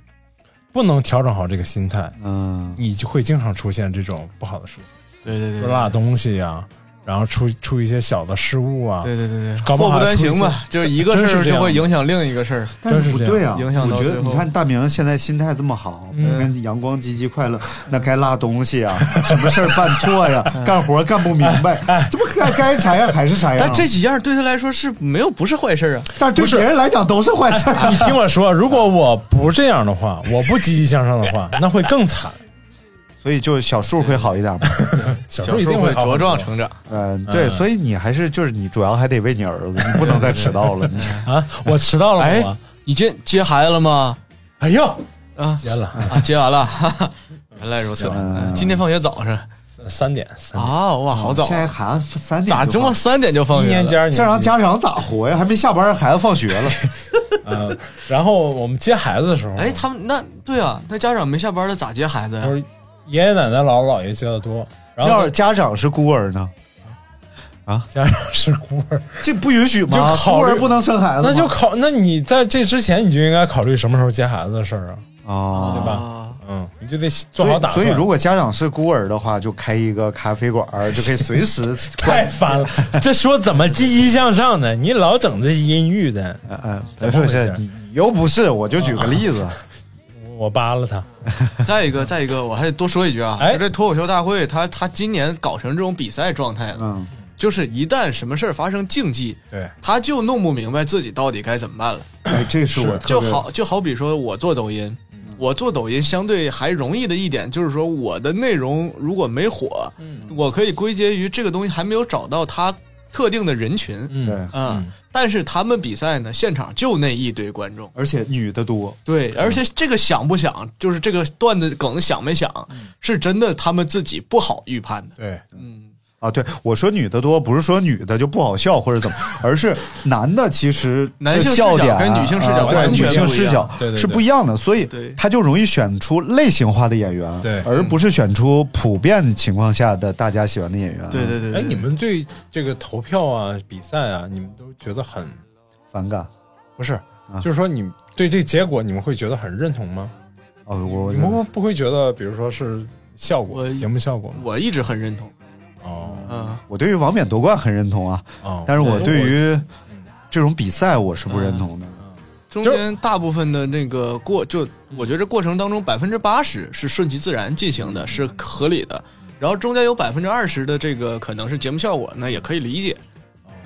Speaker 5: 不能调整好这个心态，
Speaker 4: 嗯，
Speaker 5: 你就会经常出现这种不好的事情。
Speaker 6: 对对对，
Speaker 5: 就落东西呀、然后出出一些小的失误啊。
Speaker 6: 对对对对，
Speaker 5: 搞不
Speaker 6: 祸
Speaker 5: 好
Speaker 6: 不单行
Speaker 5: 出一
Speaker 6: 嘛，就是一个
Speaker 5: 真
Speaker 6: 事
Speaker 5: 是
Speaker 6: 儿
Speaker 5: 这样
Speaker 6: 就会影响另一个事儿。
Speaker 4: 但
Speaker 5: 真
Speaker 4: 是
Speaker 5: 是
Speaker 4: 不
Speaker 5: 这
Speaker 4: 对
Speaker 5: 样
Speaker 4: 啊，
Speaker 6: 影响
Speaker 4: 我
Speaker 6: 到
Speaker 4: 觉得
Speaker 6: 最
Speaker 4: 你
Speaker 6: 后
Speaker 4: 看大明现在心态这么好，
Speaker 5: 嗯
Speaker 4: 你看阳光积极快乐，那该落东西啊， (laughs) 什么事儿办错呀，干活干不明白，这不该该啥样还是啥样。
Speaker 6: 但这，几样对他来说是没有不是坏事儿啊。
Speaker 4: 但对
Speaker 5: 不是哎
Speaker 4: 别人来讲都是坏事儿啊。
Speaker 5: 你听我说，如果我不这样的话，我不积极向上的话，那会更惨。
Speaker 4: (laughs) 所以就小数会好一点嘛。
Speaker 5: 小时
Speaker 6: 小
Speaker 5: 候一
Speaker 6: 时候
Speaker 5: 定
Speaker 6: 会
Speaker 5: 好
Speaker 6: 茁壮成长。
Speaker 4: 嗯，对，所以你还是就是你主要还得为你儿子，你不能再迟到了。你
Speaker 5: 啊！我迟到了，
Speaker 6: 哎
Speaker 5: 我，
Speaker 6: 你接接孩子了吗？
Speaker 5: 哎呦，
Speaker 6: 啊
Speaker 5: 接了
Speaker 6: 啊， (laughs) 接完了，哈哈，原来如此。嗯今天放学早是
Speaker 5: 三点，三点
Speaker 6: 啊，哇，好早
Speaker 4: 现在
Speaker 6: 啊，
Speaker 4: 孩子三点
Speaker 6: 咋
Speaker 4: 就
Speaker 6: 这
Speaker 4: 放
Speaker 6: 么三点就放
Speaker 5: 一
Speaker 6: 学
Speaker 5: 年
Speaker 6: 了？
Speaker 5: 级二年级
Speaker 4: 这让家长咋活呀？还没下班，孩子放学了。
Speaker 5: 嗯，然后我们接孩子的时候，
Speaker 6: 哎，他们那对啊，那家长没下班了咋接孩子呀
Speaker 5: 都？是爷爷奶奶、姥姥姥爷接的多，然
Speaker 4: 要
Speaker 5: 后
Speaker 4: 是家长是孤儿呢？
Speaker 5: 家长是孤儿，
Speaker 4: 这不允许吗？
Speaker 5: 就考
Speaker 4: 孤
Speaker 5: 虑
Speaker 4: 儿不能生孩子吗，
Speaker 5: 那就考，那你在这之前你就应该考虑什么时候接孩子的事儿啊，
Speaker 4: 啊，
Speaker 5: 对吧
Speaker 6: 啊？
Speaker 5: 嗯，你就得
Speaker 4: 所
Speaker 5: 做好
Speaker 4: 以
Speaker 5: 打
Speaker 4: 所
Speaker 5: 算。
Speaker 4: 以如果家长是孤儿的话，就开一个咖啡馆儿，就可以随时
Speaker 6: (laughs)
Speaker 5: 太烦了， (laughs) 这说怎么积极向上呢？你老整这阴郁的，
Speaker 4: 嗯，嗯，
Speaker 5: 怎么
Speaker 4: 不
Speaker 5: 回
Speaker 4: 是
Speaker 5: 事
Speaker 4: 你你又不是，我就举个例
Speaker 6: (laughs)
Speaker 4: 子，
Speaker 5: 我我扒拉他。
Speaker 6: (laughs) 再一个，再一个，我还得多说一句啊，
Speaker 5: 哎
Speaker 6: 就这脱口秀大会，他他今年搞成这种比赛状态了，
Speaker 4: 嗯，
Speaker 6: 就是一旦什么事儿发生竞技，
Speaker 5: 对，
Speaker 6: 他就弄不明白自己到底该怎么办了。
Speaker 4: 哎，这是我特别
Speaker 6: 就嗯好就好比说我做抖音，我做抖音相对还容易的一点就是说，我的内容如果没火，我可以归结于这个东西还没有找到它特定的人群，嗯
Speaker 4: 对，
Speaker 6: 但是他们比赛呢，现场就那一堆观众。
Speaker 4: 而且女的多，
Speaker 6: 对，而且这个想不想，就是这个段子梗想没想，是真的他们自己不好预判的。
Speaker 5: 对，
Speaker 4: 啊，对我说女的多，不是说女的就不好笑或者
Speaker 6: (laughs)
Speaker 4: 怎么，而是男的其实
Speaker 6: 男性
Speaker 4: 的
Speaker 6: 视
Speaker 4: 笑
Speaker 6: 角
Speaker 4: 点
Speaker 6: 跟女性视角
Speaker 4: 啊对
Speaker 6: 完全
Speaker 4: 女性
Speaker 6: 不一
Speaker 4: 视
Speaker 6: 样
Speaker 4: 角
Speaker 5: 对对
Speaker 4: 是
Speaker 5: 对
Speaker 4: 不一样的，所以
Speaker 6: 对
Speaker 4: 他就容易选出类型化的演员，
Speaker 5: 对
Speaker 4: 而不是选出普遍情况下的大家喜欢的演员，
Speaker 6: 对对对，
Speaker 5: 哎，
Speaker 6: 对
Speaker 5: 你们对这个投票啊、比赛啊，你们都觉得很
Speaker 4: 反感。
Speaker 5: 不是？
Speaker 4: 啊
Speaker 5: 就是说，你对这结果你们会觉得很认同吗？
Speaker 4: 哦，我
Speaker 5: 你们不不会觉得，比如说是效果
Speaker 6: 我
Speaker 5: 节目效果吗？
Speaker 6: 我一直很认同。
Speaker 5: 哦
Speaker 6: 嗯，
Speaker 4: 我对于王冕夺冠很认同啊，
Speaker 5: 哦， (laughs)
Speaker 4: 但是我对
Speaker 5: 于
Speaker 4: 于这种比赛我是不认同的。
Speaker 6: 嗯中
Speaker 5: 就是
Speaker 6: 间大部分的那个过，就我觉得这过程当中百分之八十是顺其自然进行的，是合理的。然后中间有百分之二十的这个可能是节目效果，那也可以理解。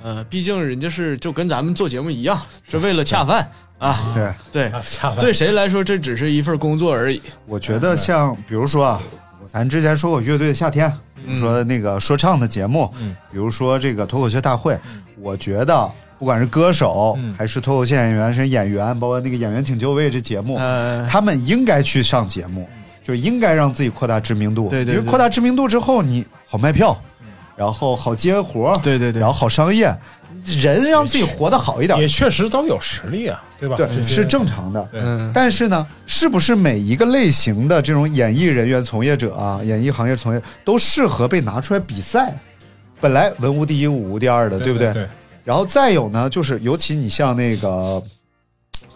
Speaker 6: 呃，毕竟人家是就跟咱们做节目一样，是为了恰饭啊。
Speaker 4: 对，
Speaker 6: 对，
Speaker 5: 下半
Speaker 6: (laughs) 对谁来说这只是一份工作而已。
Speaker 4: 我觉得
Speaker 6: 嗯
Speaker 4: 像比如说啊，咱之前说过乐队的夏天，比如说那个说唱的节目，
Speaker 6: 嗯
Speaker 4: 比如说这个脱口秀大会，我觉得不管是歌手、
Speaker 5: 嗯
Speaker 4: 还是脱口秀演员，是演员，包括那个演员请就位这节目，
Speaker 6: 呃，
Speaker 4: 他们应该去上节目，就应该让自己扩大知名度。
Speaker 6: 嗯对对对嗯
Speaker 4: 因为扩大知名度之后，你好卖票，然后好接活儿，
Speaker 6: 对对对
Speaker 4: 然后好商业，人让自己活得好一点
Speaker 5: 也，确实都有实力啊，对吧？
Speaker 4: 对，
Speaker 5: 这些
Speaker 4: 是正常的。
Speaker 5: 对
Speaker 6: 嗯，
Speaker 4: 但是呢，是不是每一个类型的这种演艺人员从业者啊，演艺行业从业都适合被拿出来比赛？本来文无第一，武无第二的，
Speaker 5: 对
Speaker 4: 不
Speaker 5: 对？
Speaker 4: 然后再有呢，就是尤其你像那个，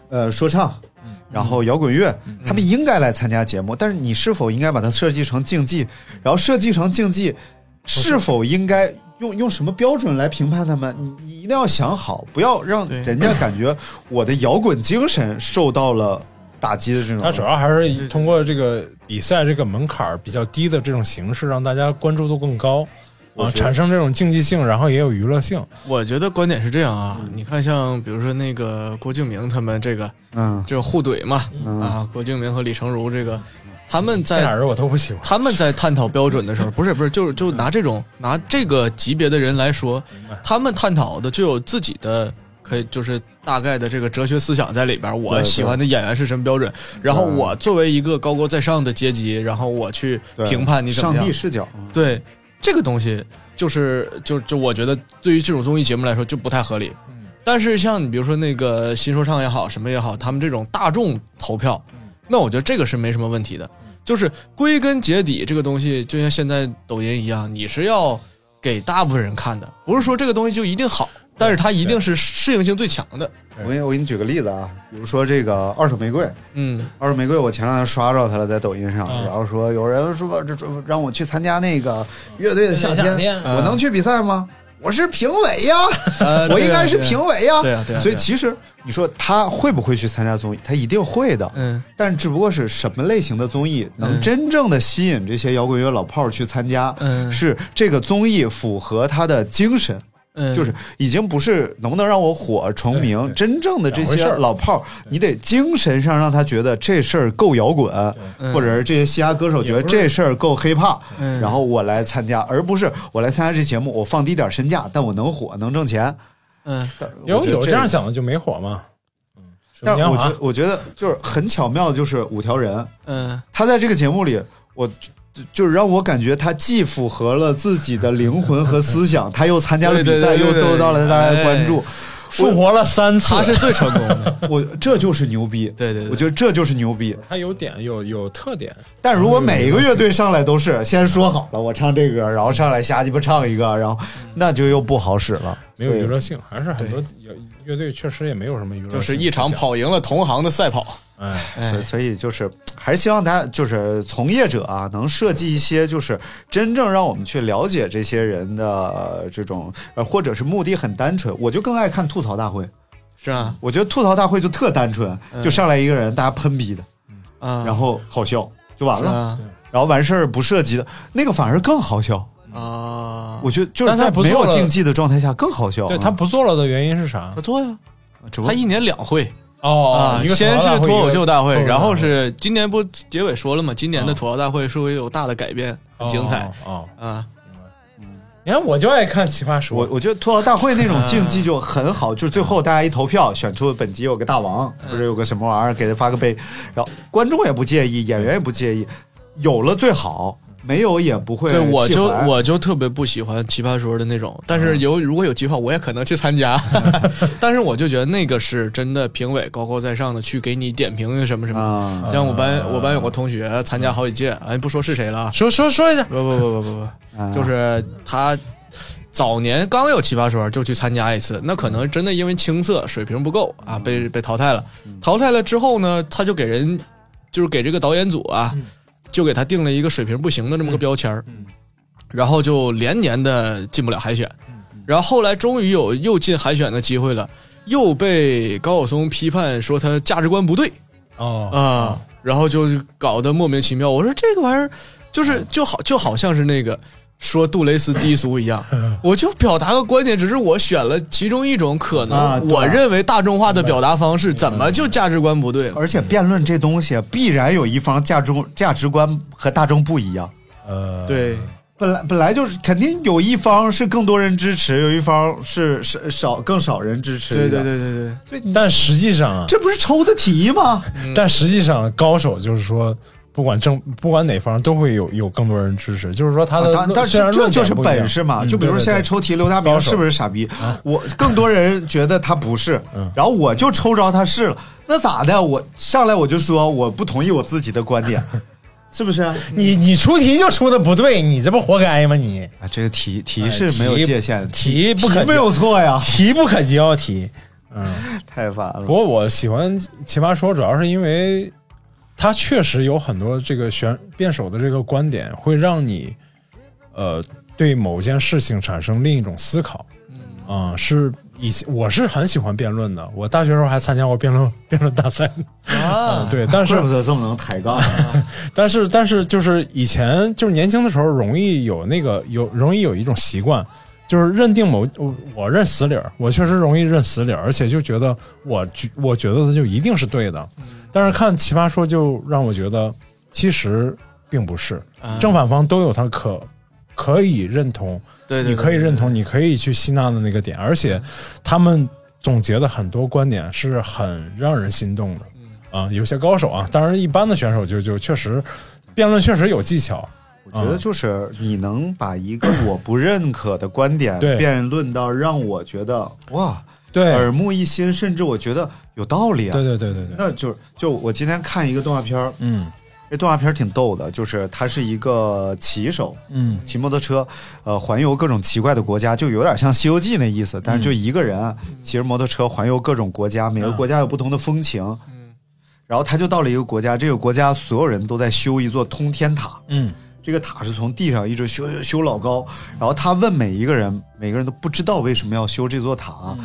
Speaker 4: 呃，说唱，
Speaker 6: 嗯
Speaker 4: 然后摇滚乐，他们应该来参加节目，但是你是否应该把它设计成竞技？然后设计成竞技，是否应该用用什么标准来评判他们？你你一定要想好，不要让
Speaker 6: 对
Speaker 4: 人家感觉我的摇滚精神受到了打击的这种。
Speaker 6: 嗯
Speaker 5: 它主要还是通过这个比赛这个门槛儿比较低的这种形式，让大家关注度更高啊，产生这种竞技性，然后也有娱乐性。
Speaker 6: 我觉得观点是这样啊。你看，像比如说那个郭敬明他们这个，
Speaker 4: 嗯，
Speaker 6: 就是互怼嘛，啊，郭敬明和李成儒这个，他们
Speaker 5: 这俩
Speaker 6: 在
Speaker 5: 人我都不喜欢。
Speaker 6: 他们在探讨标准的时候，不是不是，就是就拿这种拿这个级别的人来说，他们探讨的就有自己的。可以，就是大概的这个哲学思想在里边。我
Speaker 4: 对嗯
Speaker 6: 喜欢的演员是什么标准？然后我作为一个高高在上的阶级，然后我去
Speaker 4: 对
Speaker 6: 评判你怎么
Speaker 4: 上
Speaker 6: 样
Speaker 4: 帝。视角，
Speaker 6: 对这个东西，就是就就我觉得对于这种综艺节目来说就不太合理。
Speaker 4: 嗯
Speaker 6: 但是像你比如说那个新说唱也好，什么也好，他们这种大众投票，
Speaker 4: 嗯
Speaker 6: 那我觉得这个是没什么问题的。就是归根结底，这个东西就像现在抖音一样，你是要给大部分人看的，不是说这个东西就一定好，但是它一定是适应性最强的。
Speaker 4: 我给你我给你举个例子啊，比如说这个二手玫瑰，
Speaker 6: 嗯，
Speaker 4: 二手玫瑰，我前两天刷着它了，在抖音上，
Speaker 5: 嗯
Speaker 4: 然后说有人说这这让我去参加那个乐队的夏
Speaker 5: 乐队的夏
Speaker 4: 天，
Speaker 5: 天
Speaker 4: 我能去比赛吗？我是评委呀，
Speaker 6: 嗯呃
Speaker 4: (laughs) 我应该是评委呀。
Speaker 6: 对啊对啊对啊
Speaker 4: 所以其实你说他会不会去参加综艺？他一定会的。
Speaker 6: 嗯，
Speaker 4: 但只不过是什么类型的综艺能真正的吸引这些摇滚乐老炮儿去参加？
Speaker 6: 嗯
Speaker 4: 是这个综艺符合他的精神。
Speaker 6: 嗯，
Speaker 4: 就是已经不是能不能让我火成名，真正的这些老炮儿，你得精神上让他觉得这事儿够摇滚，或者是这些嘻哈歌手觉得这事儿够 hiphop，
Speaker 6: 嗯
Speaker 4: 然后我来参加，而不是我来参加这节目，我放低点儿身价，但我能火能挣钱。
Speaker 6: 嗯，
Speaker 5: 有
Speaker 4: 我觉得
Speaker 5: 有
Speaker 4: 这
Speaker 5: 这样想的就没火嘛。
Speaker 4: 但是我觉
Speaker 5: 嗯，水木
Speaker 4: 得我觉得就是很巧妙，就是五条人，
Speaker 6: 嗯
Speaker 4: 他在这个节目里，我就就是让我感觉他既符合了自己的灵魂和思想，他又参加了比赛，
Speaker 6: 对对对
Speaker 4: 又
Speaker 6: 对对
Speaker 4: 得到了大家的关注
Speaker 6: 哎。
Speaker 5: 复活了三次，
Speaker 6: 他是最成功的。
Speaker 4: (laughs) 我这就是牛逼，
Speaker 6: 对对对
Speaker 4: 我觉得这就是牛逼。
Speaker 5: 他有点有有特点，
Speaker 4: 但如果每一个乐队上来都是先说好了，我唱这歌，然后上来瞎鸡巴唱一个，然后那就又不好使了。
Speaker 5: 没有娱
Speaker 4: 对
Speaker 5: 乐性，还是很多有乐队确实也没有什么娱乐性，
Speaker 6: 就是一场跑赢了同行的赛跑。
Speaker 5: 哎，
Speaker 6: 哎
Speaker 4: 所以，所以就是还是希望大家就是从业者啊，能设计一些就是真正让我们去了解这些人的、呃这种，呃，或者是目的很单纯。我就更爱看吐槽大会，
Speaker 6: 是啊，
Speaker 4: 我觉得吐槽大会就特单纯，嗯就上来一个人，大家喷逼的，
Speaker 6: 啊，
Speaker 4: 然后好笑就完
Speaker 6: 是
Speaker 4: 了，
Speaker 6: 啊
Speaker 4: 然后完事儿不涉及的那个反而更好笑。
Speaker 6: 啊，
Speaker 4: 我觉得就是
Speaker 5: 但他
Speaker 4: 在
Speaker 5: 不
Speaker 4: 没有
Speaker 5: 做了
Speaker 4: 竞技的状态下更好笑啊。
Speaker 6: 啊
Speaker 5: 对他不做了的原因是啥
Speaker 6: 他？做呀，
Speaker 4: 只不过
Speaker 6: 他一年两会，
Speaker 5: 哦
Speaker 6: 啊，，
Speaker 5: 一个
Speaker 6: 先是
Speaker 5: 大会
Speaker 6: 脱口秀大
Speaker 5: 一
Speaker 6: 会，
Speaker 5: 个
Speaker 6: 然后是今年不结尾说了嘛，今年的吐槽大会是会有大的改变，很精彩
Speaker 5: 哦。哦
Speaker 6: 啊。
Speaker 5: 你看，我就爱看《奇葩说
Speaker 4: 我》，我觉得吐槽大会那种竞技就很好，就是最后大家一投票选出本集有个大王，
Speaker 6: 嗯
Speaker 4: 或者有个什么玩意儿，给他发个杯，然后观众也不介意，演员也不介意，有了最好，没有也不会
Speaker 6: 对，我
Speaker 4: 气
Speaker 6: 就
Speaker 4: 怀
Speaker 6: 我就特别不喜欢奇葩说的那种，但是有如果有计划，我也可能去
Speaker 5: (laughs)
Speaker 6: 参加。但是我就觉得那个是真的，评委高高在上的去给你点评什么什么。
Speaker 4: 啊，
Speaker 6: 像我班我班有个同学参加好几届，哎，不说是谁了，
Speaker 5: 说说说一下，
Speaker 6: 不不不不不
Speaker 4: 啊
Speaker 6: 不，就是他早年刚有奇葩说就去参加一次，那可能真的因为青涩水平不够啊，被被淘汰了。淘汰了之后呢，他就给人就是给这个导演组啊，就给他定了一个水平不行的这么个标签儿，然后就连年的进不了海选，然后后来终于有又进海选的机会了，又被高晓松批判说他价值观不对。
Speaker 5: 哦，
Speaker 6: 啊，然后就搞得莫名其妙。我说这个玩意儿就是就好就好像是那个说杜蕾斯低俗一样，我就表达个观点，只是我选了其中一种可
Speaker 4: 啊
Speaker 6: 能，
Speaker 4: 对
Speaker 6: 我认为大众化的表达方式，怎么就价值观不对了？
Speaker 4: 而且辩论这东西啊必然有一方价值价值观和大众不一样。
Speaker 5: 呃，
Speaker 6: 对，
Speaker 4: 本来本来就是肯定有一方是更多人支持，有一方是少少更少人支持。
Speaker 6: 对对，对对对，
Speaker 5: 但实际上啊，
Speaker 4: 这不是抽的题吗？
Speaker 5: 但实际上高手就是说。不管正不管哪方都会有有更多人支持，就是说他的
Speaker 4: 但
Speaker 5: 呃论
Speaker 4: 啊但
Speaker 5: 虽
Speaker 4: 是
Speaker 5: 然
Speaker 4: 这
Speaker 5: 论
Speaker 4: 就是
Speaker 5: 点不一样
Speaker 4: 本事嘛。
Speaker 5: 嗯
Speaker 4: 就比如
Speaker 5: 对对
Speaker 4: 现在
Speaker 5: 对
Speaker 4: 抽题，刘大
Speaker 5: 高
Speaker 4: 明
Speaker 5: 手嗯
Speaker 4: 是不是傻逼？我更多人觉得他不是，然后我就抽着他是了，那咋的？我上来我就说我不同意我自己的观
Speaker 5: (laughs)
Speaker 4: 点，是不是？啊，
Speaker 5: 你你出题就出的不对，你这不活该吗你？
Speaker 4: 啊这个题题是没有
Speaker 5: 哎题
Speaker 4: 界限的，
Speaker 5: 题不可
Speaker 4: 题没有错呀，
Speaker 5: 题不可交题。
Speaker 4: 太烦
Speaker 5: 不
Speaker 4: 了。
Speaker 5: 过我喜欢《奇葩说》，主要是因为它确实有很多这个选辩手的这个观点，会让你呃对某件事情产生另一种思考。嗯，是以前我是很喜欢辩论的，我大学时候还参加过辩论辩论大赛呢。
Speaker 6: 啊
Speaker 5: 对，但是嗯
Speaker 4: 怪不得这么能抬杠，
Speaker 5: 但是但是就是以前就是年轻的时候容易有那个有容易有一种习惯，就是认定某我我认死理儿，我确实容易认死理儿，而且就觉得我觉我觉得的就一定是对的。但是看《奇葩说》就让我觉得其实并不是，正反方都有他可可以认同，
Speaker 6: 对对，
Speaker 5: 你可以
Speaker 6: 对
Speaker 5: 认同，你可以去吸纳的那个点，而且他们总结的很多观点是很让人心动的。
Speaker 6: 嗯
Speaker 5: 啊、有些高手啊，当然一般的选手就就确实辩论确实有技巧，
Speaker 4: 我觉得就是你能把一个我不认可的观点
Speaker 5: 对
Speaker 4: 辩论到让我觉得哇
Speaker 5: 对，
Speaker 4: 耳目一新，甚至我觉得有道理啊。
Speaker 5: 对对对对对，
Speaker 4: 那就是就我今天看一个动画片儿，
Speaker 5: 嗯
Speaker 4: 这动画片儿挺逗的，就是他是一个骑手，
Speaker 5: 嗯
Speaker 4: 骑摩托车，呃，环游各种奇怪的国家，就有点像《西游记》那意思，但是就一个人啊
Speaker 5: 嗯
Speaker 4: 骑着摩托车环游各种国家，每个国家有不同的风情。
Speaker 5: 嗯
Speaker 4: 然后他就到了一个国家，这个国家所有人都在修一座通天塔。
Speaker 5: 嗯，
Speaker 4: 这个塔是从地上一直修修修老高，然后他问每一个人，每个人都不知道为什么要修这座塔，
Speaker 5: 嗯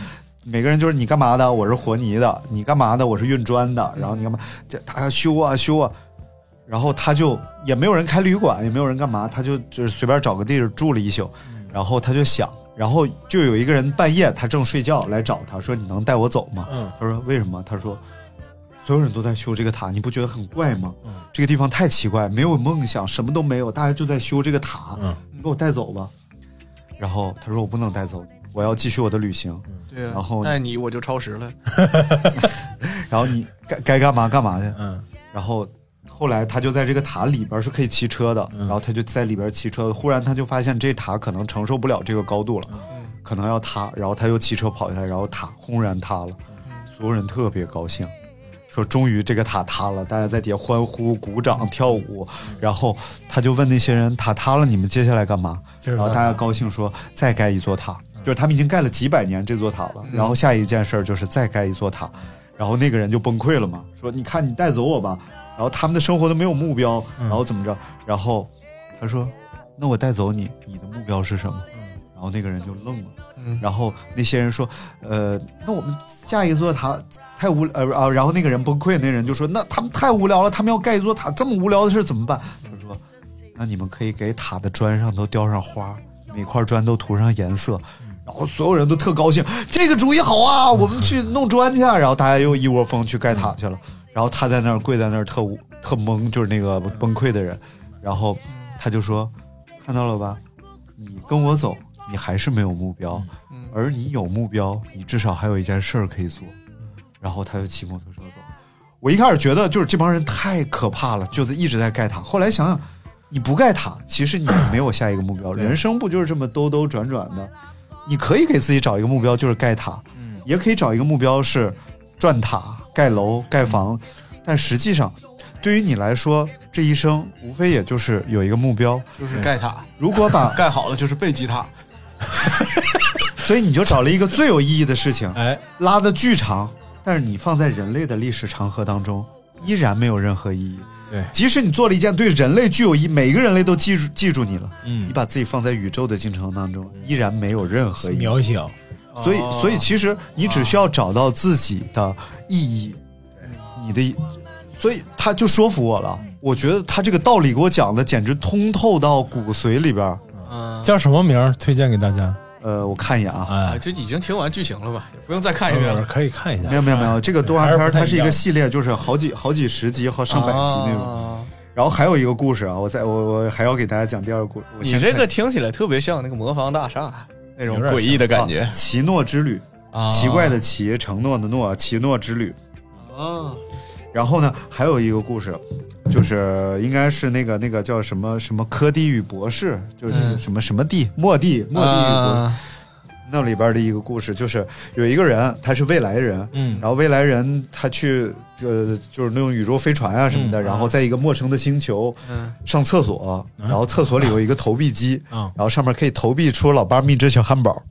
Speaker 4: 每个人就是你干嘛的？我是和泥的，你干嘛的？我是运砖的，然后你干嘛？这他修啊修啊，然后他就也没有人开旅馆，也没有人干嘛，他就就是随便找个地儿住了一宿，然后他就想，然后就有一个人半夜他正睡觉来找他说：“你能带我走吗？”
Speaker 5: 嗯
Speaker 4: 他说：“为什么？”他说：“所有人都在修这个塔，你不觉得很怪吗？这个地方太奇怪，没有梦想，什么都没有，大家就在修这个塔。
Speaker 5: 嗯
Speaker 4: 你给我带走吧。”然后他说：“我不能带走，我要继续我的旅行。
Speaker 6: 对啊，
Speaker 4: 然后
Speaker 6: 带你我就超时了，
Speaker 4: 然后你该该干嘛干嘛去。”
Speaker 5: 嗯，
Speaker 4: 然后后来他就在这个塔里边是可以骑车的，然后他就在里边骑车，忽然他就发现这塔可能承受不了这个高度了，可能要塌，然后他又骑车跑下来，然后塔轰然塌了，所有人特别高兴。说终于这个塔塌了，大家在底下欢呼、鼓掌、跳舞，然后他就问那些人：“塔塌了，你们接下来干嘛？”
Speaker 5: 接着
Speaker 4: 然
Speaker 5: 干
Speaker 4: 后大家高兴说：“再盖一座塔。”就是他们已经盖了几百年这座塔了，然后下一件事儿就是再盖一座塔，然后那个人就崩溃了嘛，说你看你带走我吧，然后他们的生活都没有目标，然后怎么着？然后他说，那我带走你，你的目标是什么？然后那个人就愣了，然后那些人说，呃，那我们下一座塔太无呃啊，然后那个人崩溃，那人就说，那他们太无聊了，他们要盖一座塔，这么无聊的事怎么办？他说，那你们可以给塔的砖上都雕上花，每块砖都涂上颜色，然后所有人都特高兴，这个主意好啊，我们去弄砖去啊。然后大家又一窝蜂去盖塔去了。然后他在那儿跪在那儿特特懵，就是那个崩溃的人。然后他就说：“看到了吧，你跟我走，你还是没有目标，而你有目标，你至少还有一件事儿可以做。”然后他就骑摩托车走。我一开始觉得就是这帮人太可怕了，就是一直在盖塔。后来想想，你不盖塔，其实你没有下一个目标。人生不就是这么兜兜转转的？你可以给自己找一个目标，就是盖塔，
Speaker 5: 嗯
Speaker 4: 也可以找一个目标是转塔、盖楼、盖房。但实际上，对于你来说，这一生无非也就是有一个目标。
Speaker 6: 就是盖塔，
Speaker 4: 如果把
Speaker 5: (laughs)
Speaker 6: 盖好了就是贝吉
Speaker 4: 啊
Speaker 6: 塔。
Speaker 4: 所以你就找了一个最有意义的事情，
Speaker 5: 哎，
Speaker 4: 拉的巨长，但是你放在人类的历史长河当中，依然没有任何意义。
Speaker 5: 对
Speaker 4: 即使你做了一件对人类具有意，每个人类都记住记住你了，
Speaker 5: 嗯
Speaker 4: 你把自己放在宇宙的进程当中，依然没有任何意义。
Speaker 5: 渺小，
Speaker 4: 所以，
Speaker 6: 哦
Speaker 4: 所以其实你只需要找到自己的意义，你的，所以他就说服我了。我觉得他这个道理给我讲的简直通透到骨髓里边儿。
Speaker 6: 嗯，
Speaker 5: 叫什么名儿？推荐给大家。
Speaker 4: 呃，我看一眼啊，
Speaker 5: 哎
Speaker 6: 啊，，这已经听完剧情了吧？也不用再哎看一遍
Speaker 5: 呃
Speaker 6: 了。
Speaker 5: 可以看一下
Speaker 4: 没。有没有没有，这个动画片
Speaker 5: 还是
Speaker 4: 儿
Speaker 5: 不太
Speaker 4: 它是一
Speaker 5: 一
Speaker 4: 个
Speaker 5: 样
Speaker 4: 系列，就是好几好几十集和上百集那种。
Speaker 6: 啊
Speaker 4: 然后还有一个故事啊，我在我我还要给大家讲第二个故事。我
Speaker 6: 你
Speaker 4: 先
Speaker 6: 这
Speaker 4: 看
Speaker 6: 个听起来特别像那个魔方大厦那种
Speaker 5: 有点
Speaker 6: 诡异的感觉
Speaker 4: 啊，奇诺之旅，
Speaker 6: 啊
Speaker 4: 奇怪的奇，承诺的诺，奇诺之旅。
Speaker 6: 啊，
Speaker 4: 然后呢，还有一个故事，就是应该是那个那个叫什么什么科迪与博士，就是那个
Speaker 6: 嗯
Speaker 4: 什么什么地莫地莫地与博士、
Speaker 6: 啊
Speaker 4: 那里边的一个故事，就是有一个人他是未来人，
Speaker 5: 嗯
Speaker 4: 然后未来人他去呃就是那种宇宙飞船啊什么的，然后在一个陌生的星球
Speaker 6: 嗯
Speaker 4: 上厕所，然后厕所里有一个投币机，
Speaker 5: 啊
Speaker 4: 然后上面可以投币出老八秘制小汉堡，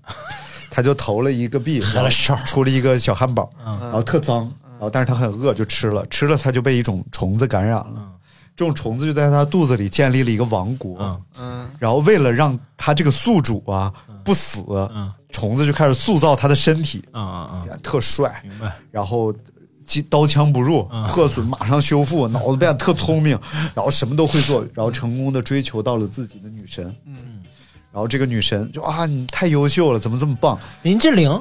Speaker 4: 他就投了一个币，然后出了一个小汉堡，然后特脏，然后但是他很饿就吃了，吃了他就被一种虫子感染了，这种虫子就在他肚子里建立了一个王国，
Speaker 5: 嗯
Speaker 6: 嗯
Speaker 4: 然后为了让他这个宿主啊不死，
Speaker 5: 嗯
Speaker 4: 虫子就开始塑造他的身体，
Speaker 5: 啊啊
Speaker 4: 特帅，
Speaker 5: 明白。嗯
Speaker 4: 然后击刀枪不入，破损马上修复，脑子变得特聪明，然后什么都会做，然后成功的追求到了自己的女神，嗯，然后这个女神就啊，你太优秀了，怎么这么棒？
Speaker 5: 林志玲，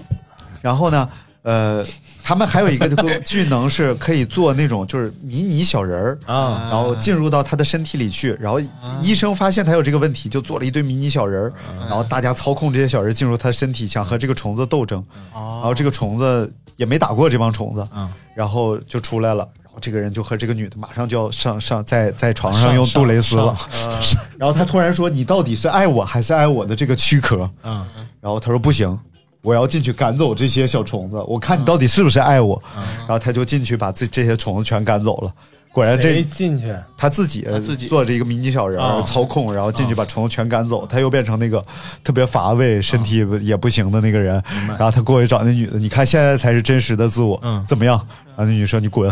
Speaker 4: 然后呢，呃，他们还有一个 (laughs) 技能是可以做那种就是迷你小人儿
Speaker 5: 啊
Speaker 4: 然后进入到他的身体里去，然后医生发现他有这个问题，就做了一堆迷你小人儿，然后大家操控这些小人儿进入他的身体，想和这个虫子斗争，然后这个虫子也没打过这帮虫子，然后就出来了。然后这个人就和这个女的马上就要上上在在床上用杜蕾斯了， (laughs) 然后他突然说：“你到底是爱我还是爱我的这个躯壳？”
Speaker 5: 嗯，
Speaker 4: 然后他说不行，我要进去赶走这些小虫子，我看你到底是不是爱我。
Speaker 5: 嗯
Speaker 4: 然后他就进去把自这些虫子全赶走了。果然
Speaker 5: 谁
Speaker 4: 哎这
Speaker 5: 进去？
Speaker 4: 他自己
Speaker 6: 他自己
Speaker 4: 做着一个迷你小人儿
Speaker 5: 啊
Speaker 4: 操控，然后进去把虫子全赶走，他又变成那个特别乏味、身
Speaker 5: 啊
Speaker 4: 体也不行的那个人。然后他过去找那女的，你看现在才是真实的自我，
Speaker 5: 嗯
Speaker 4: 怎么样？然后那女说你
Speaker 5: (laughs)
Speaker 4: 滚，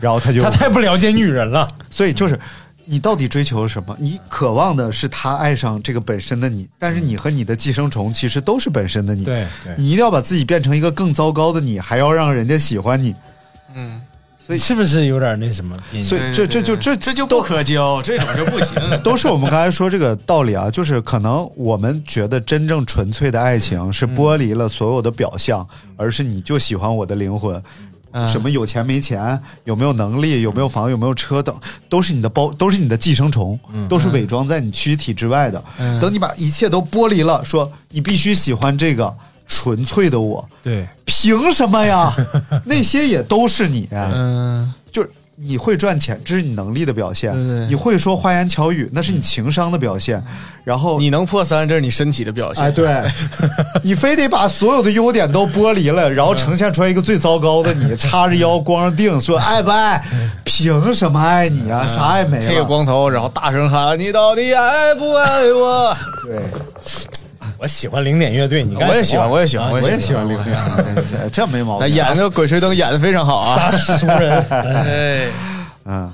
Speaker 4: 然后他就
Speaker 5: 他太不了解女人了。
Speaker 4: 所以
Speaker 5: 嗯
Speaker 4: 就是，你到底追求什么？你渴望的是他爱上这个本身的你，但是你和你的寄生虫其实都是本身的你。
Speaker 5: 对对
Speaker 4: 你一定要把自己变成一个更糟糕的你，还要让人家喜欢你。
Speaker 6: 嗯，
Speaker 4: 对
Speaker 5: 是不是有点那什么？
Speaker 4: 所以这
Speaker 6: 对对
Speaker 4: 这
Speaker 6: 对
Speaker 4: 就
Speaker 6: 对
Speaker 4: 这
Speaker 6: 这就不可交，这种就不 (laughs) 行。
Speaker 4: 都是我们刚才说这个道理啊，就是可能我们觉得真正纯粹的爱情是剥离了所有的表象，而是你就喜欢我的灵魂。什么有钱没钱，有没有能力，有没有房，有没有车等，都是你的包，都是你的寄生虫，都是伪装在你躯体之外的。等你把一切都剥离了，说你必须喜欢这个纯粹的我，
Speaker 5: 对，
Speaker 4: 凭什么呀？那些也都是你。哎
Speaker 6: 嗯，
Speaker 4: 就是你会赚钱，这是你能力的表现；
Speaker 6: 对对
Speaker 4: 你会说花言巧语，那是你情商的表现。然后，
Speaker 6: 你能破三，这是你身体的表现。
Speaker 4: 哎，对，你非得把所有的优点都剥离了，然后呈现出来一个最糟糕的你，叉着腰光着腚说爱不爱？凭什么爱你啊？啥也没
Speaker 6: 剃个
Speaker 4: 了。
Speaker 6: 光头，然后大声喊：“你到底爱不爱我
Speaker 4: 对，
Speaker 5: 我喜欢零点乐
Speaker 4: (laughs)
Speaker 5: 队，你？”干
Speaker 6: 我也
Speaker 5: 什
Speaker 6: 喜
Speaker 5: 么
Speaker 6: 欢，我也喜欢，
Speaker 4: 啊我也
Speaker 6: 也
Speaker 4: 喜
Speaker 6: 喜
Speaker 4: 欢
Speaker 6: 欢。哎
Speaker 4: 零点，这这没毛
Speaker 6: 那
Speaker 4: 病。
Speaker 6: 啊 (laughs) 演那个《鬼吹灯》演的非常好啊！
Speaker 5: 啊，俗人。
Speaker 6: 哎，
Speaker 4: 嗯，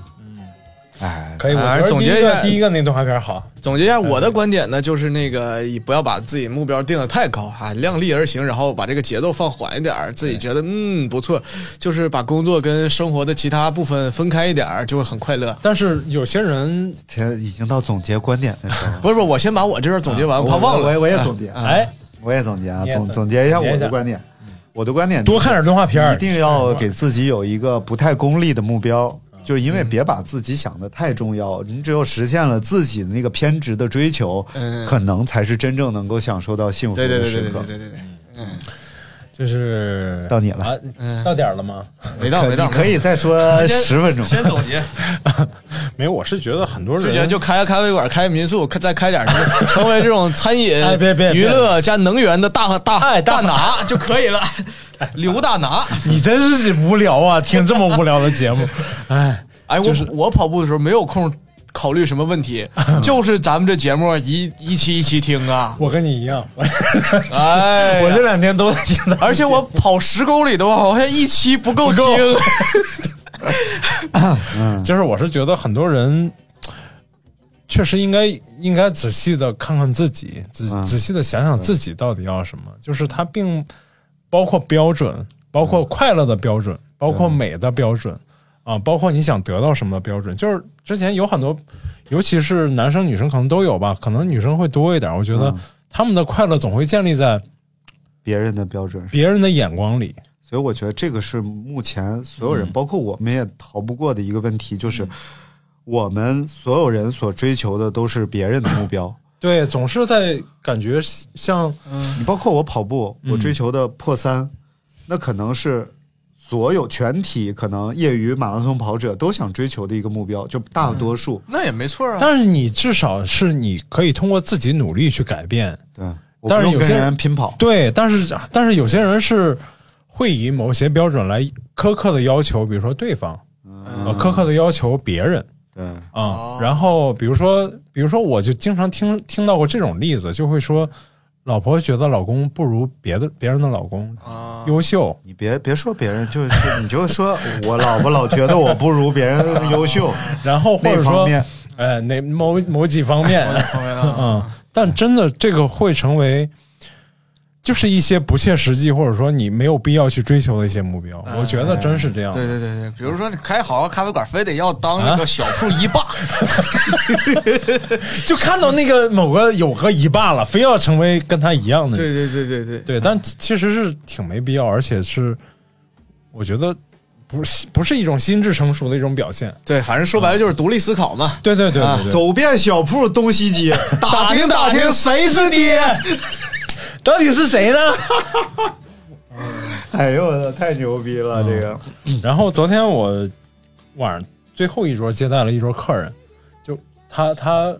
Speaker 4: 哎，
Speaker 5: 可以，我
Speaker 6: 哎
Speaker 5: 觉得
Speaker 6: 总
Speaker 5: 第一
Speaker 6: 结一下
Speaker 5: 个第一个那动画片好，
Speaker 6: 总结一下我的观点呢，就是那个以不要把自己目标定得太高啊，量力而行，然后把这个节奏放缓一点儿，自己觉得嗯不错，就是把工作跟生活的其他部分分开一点儿，就会很快乐。
Speaker 5: 但是有些人
Speaker 4: 天，已经到总结观点的时候了。
Speaker 6: 不是不是，我先把我这边总结
Speaker 5: 啊
Speaker 6: 完，啊我怕忘
Speaker 4: 我也
Speaker 6: 了。
Speaker 4: 我也总结，啊，
Speaker 5: 哎
Speaker 4: 我也总结啊，
Speaker 5: 你也
Speaker 4: 总
Speaker 5: 总
Speaker 4: 总结一下
Speaker 5: 总结一
Speaker 4: 我的
Speaker 5: 下
Speaker 4: 观点。我的观点就是
Speaker 5: 多看点动画片儿
Speaker 4: 一定要给自己有一个不太功利的目标，就是因为别把自己想的太重要。你只有实现了自己那个偏执的追求，
Speaker 6: 嗯
Speaker 4: 可能才是真正能够享受到幸福
Speaker 6: 对对
Speaker 4: 的
Speaker 6: 对
Speaker 4: 时
Speaker 6: 对对
Speaker 4: 刻
Speaker 6: 对。对对对，
Speaker 5: 就是
Speaker 4: 到你了
Speaker 5: 啊
Speaker 6: 嗯
Speaker 5: 到点儿了吗？
Speaker 6: 没到没到，
Speaker 4: 你可以再
Speaker 6: (laughs)
Speaker 4: 说
Speaker 6: 先
Speaker 4: 十分钟。
Speaker 6: 先总结，
Speaker 5: 没有，我是觉得很多
Speaker 6: 就觉得
Speaker 5: 人
Speaker 6: 就开个咖啡馆，开个民宿，开再开点儿什么，成为这种餐饮
Speaker 5: (laughs) 哎别别别
Speaker 6: 娱乐加能源的大大
Speaker 5: 哎
Speaker 6: 大
Speaker 5: 大
Speaker 6: 拿就可
Speaker 5: (laughs)
Speaker 6: 以了，刘大拿。
Speaker 5: (laughs) 你真是无聊啊，听这么无聊的节
Speaker 6: (laughs)
Speaker 5: 目，哎，
Speaker 6: 哎，我、我跑步的时候没有空考虑什么问题，就是咱们这节目一一期一期听啊。
Speaker 5: 我跟你一样，我
Speaker 6: 哎呀，
Speaker 5: 我这两天都在听他，
Speaker 6: 而且我跑十公里的话，好像一期不够
Speaker 5: 不
Speaker 6: 听。
Speaker 5: 够就是我是觉得很多人确实应该应该仔细的看看自己，仔仔细的想想自己到底要什么，就是它并包括标准，包括快乐的标准，包括美的标准。啊，包括你想得到什么的标准，就是之前有很多，尤其是男生女生可能都有吧，可能女生会多一点。我觉得他们的快乐总会建立在
Speaker 4: 别人的标准，
Speaker 5: 别人的眼光里，
Speaker 4: 所以我觉得这个是目前所有人，
Speaker 5: 嗯
Speaker 4: 包括我们也逃不过的一个问题，就是我们所有人所追求的都是别人的目标。
Speaker 5: 对，总是在感觉像
Speaker 4: 你包括我跑步，
Speaker 5: 嗯
Speaker 4: 我追求的破三，那可能是所有全体可能业余马拉松跑者都想追求的一个目标，就大
Speaker 5: 嗯
Speaker 4: 多数。
Speaker 6: 那也没错啊。
Speaker 5: 但是你至少是你可以通过自己努力去改变，
Speaker 4: 对，我
Speaker 5: 但
Speaker 4: 不
Speaker 5: 是
Speaker 4: 用
Speaker 5: 有
Speaker 4: 跟
Speaker 5: 些人
Speaker 4: 人拼跑。
Speaker 5: 对。但是啊但是有些人是会以某些标准来苛刻的要求，比如说对方，呃，苛刻的要求别人
Speaker 4: 对，
Speaker 5: 啊、然后比如说，比如说，我就经常听听到过这种例子，就会说，老婆觉得老公不如别的别人的老公优秀，
Speaker 4: 你别别说别人，就是 (laughs) 你就说我老婆老觉得我不如别人优秀，
Speaker 5: 然后或
Speaker 4: 那
Speaker 5: 者
Speaker 4: 方
Speaker 5: 说，
Speaker 4: 面
Speaker 5: 呃，哪某某几方
Speaker 6: (laughs)
Speaker 5: 面，
Speaker 6: 方面啊
Speaker 5: 嗯，但真的这个会成为，就是一些不切实际，或者说你没有必要去追求的一些目标。我觉得真是这样。
Speaker 6: 哎对对对对，比如说你开好个咖啡馆，非得要当那个小铺一霸，
Speaker 5: 就看到那个某个有个一霸了，非要成为跟他一样的。
Speaker 6: 对对对对对，
Speaker 5: 对但其实是挺没必要，而且是我觉得不是不是一种心智成熟的一种表现。啊
Speaker 6: 对，反正说白了就是独立思考嘛。
Speaker 5: 对对对对对，
Speaker 4: 走遍小铺东西街，打听打听谁是爹。
Speaker 5: 到底是
Speaker 6: (laughs)
Speaker 5: 谁呢？
Speaker 4: 哎呦，我操太牛逼了！
Speaker 5: 嗯
Speaker 4: 这个
Speaker 5: 然后昨天我晚上最后一桌接待了一桌客人，就他他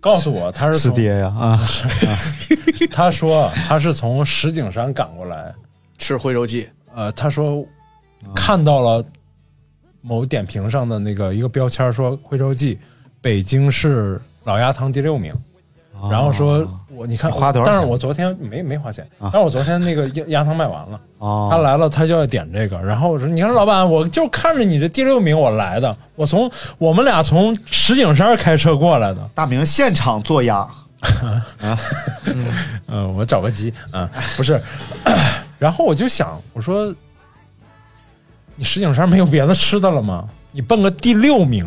Speaker 5: 告诉我他是
Speaker 4: 是
Speaker 5: 从
Speaker 4: 爹呀啊！
Speaker 5: 他说啊他是从石景山赶过来，
Speaker 6: 吃徽州鸡，
Speaker 5: 呃，他说
Speaker 4: 嗯
Speaker 5: 看到了某点评上的那个一个标签，说徽州记北京市老鸭汤第六名。
Speaker 4: 哦
Speaker 5: 然后说，我你看
Speaker 4: 你花多少
Speaker 5: 但是
Speaker 4: 钱啊
Speaker 5: 我昨天没没花钱，但是我昨天那个鸭鸭汤卖完了，
Speaker 4: 哦
Speaker 5: 他来了他就要点这个，然后我说，你看老板，我就看着你这第六名我来的，我从我们俩从石景山开车过来的，
Speaker 4: 大明现场做鸭，
Speaker 5: 嗯，我找个鸡啊、不是。 (clears throat) 然后我就想，我说，你石景山没有别的吃的了吗？你奔个第六名，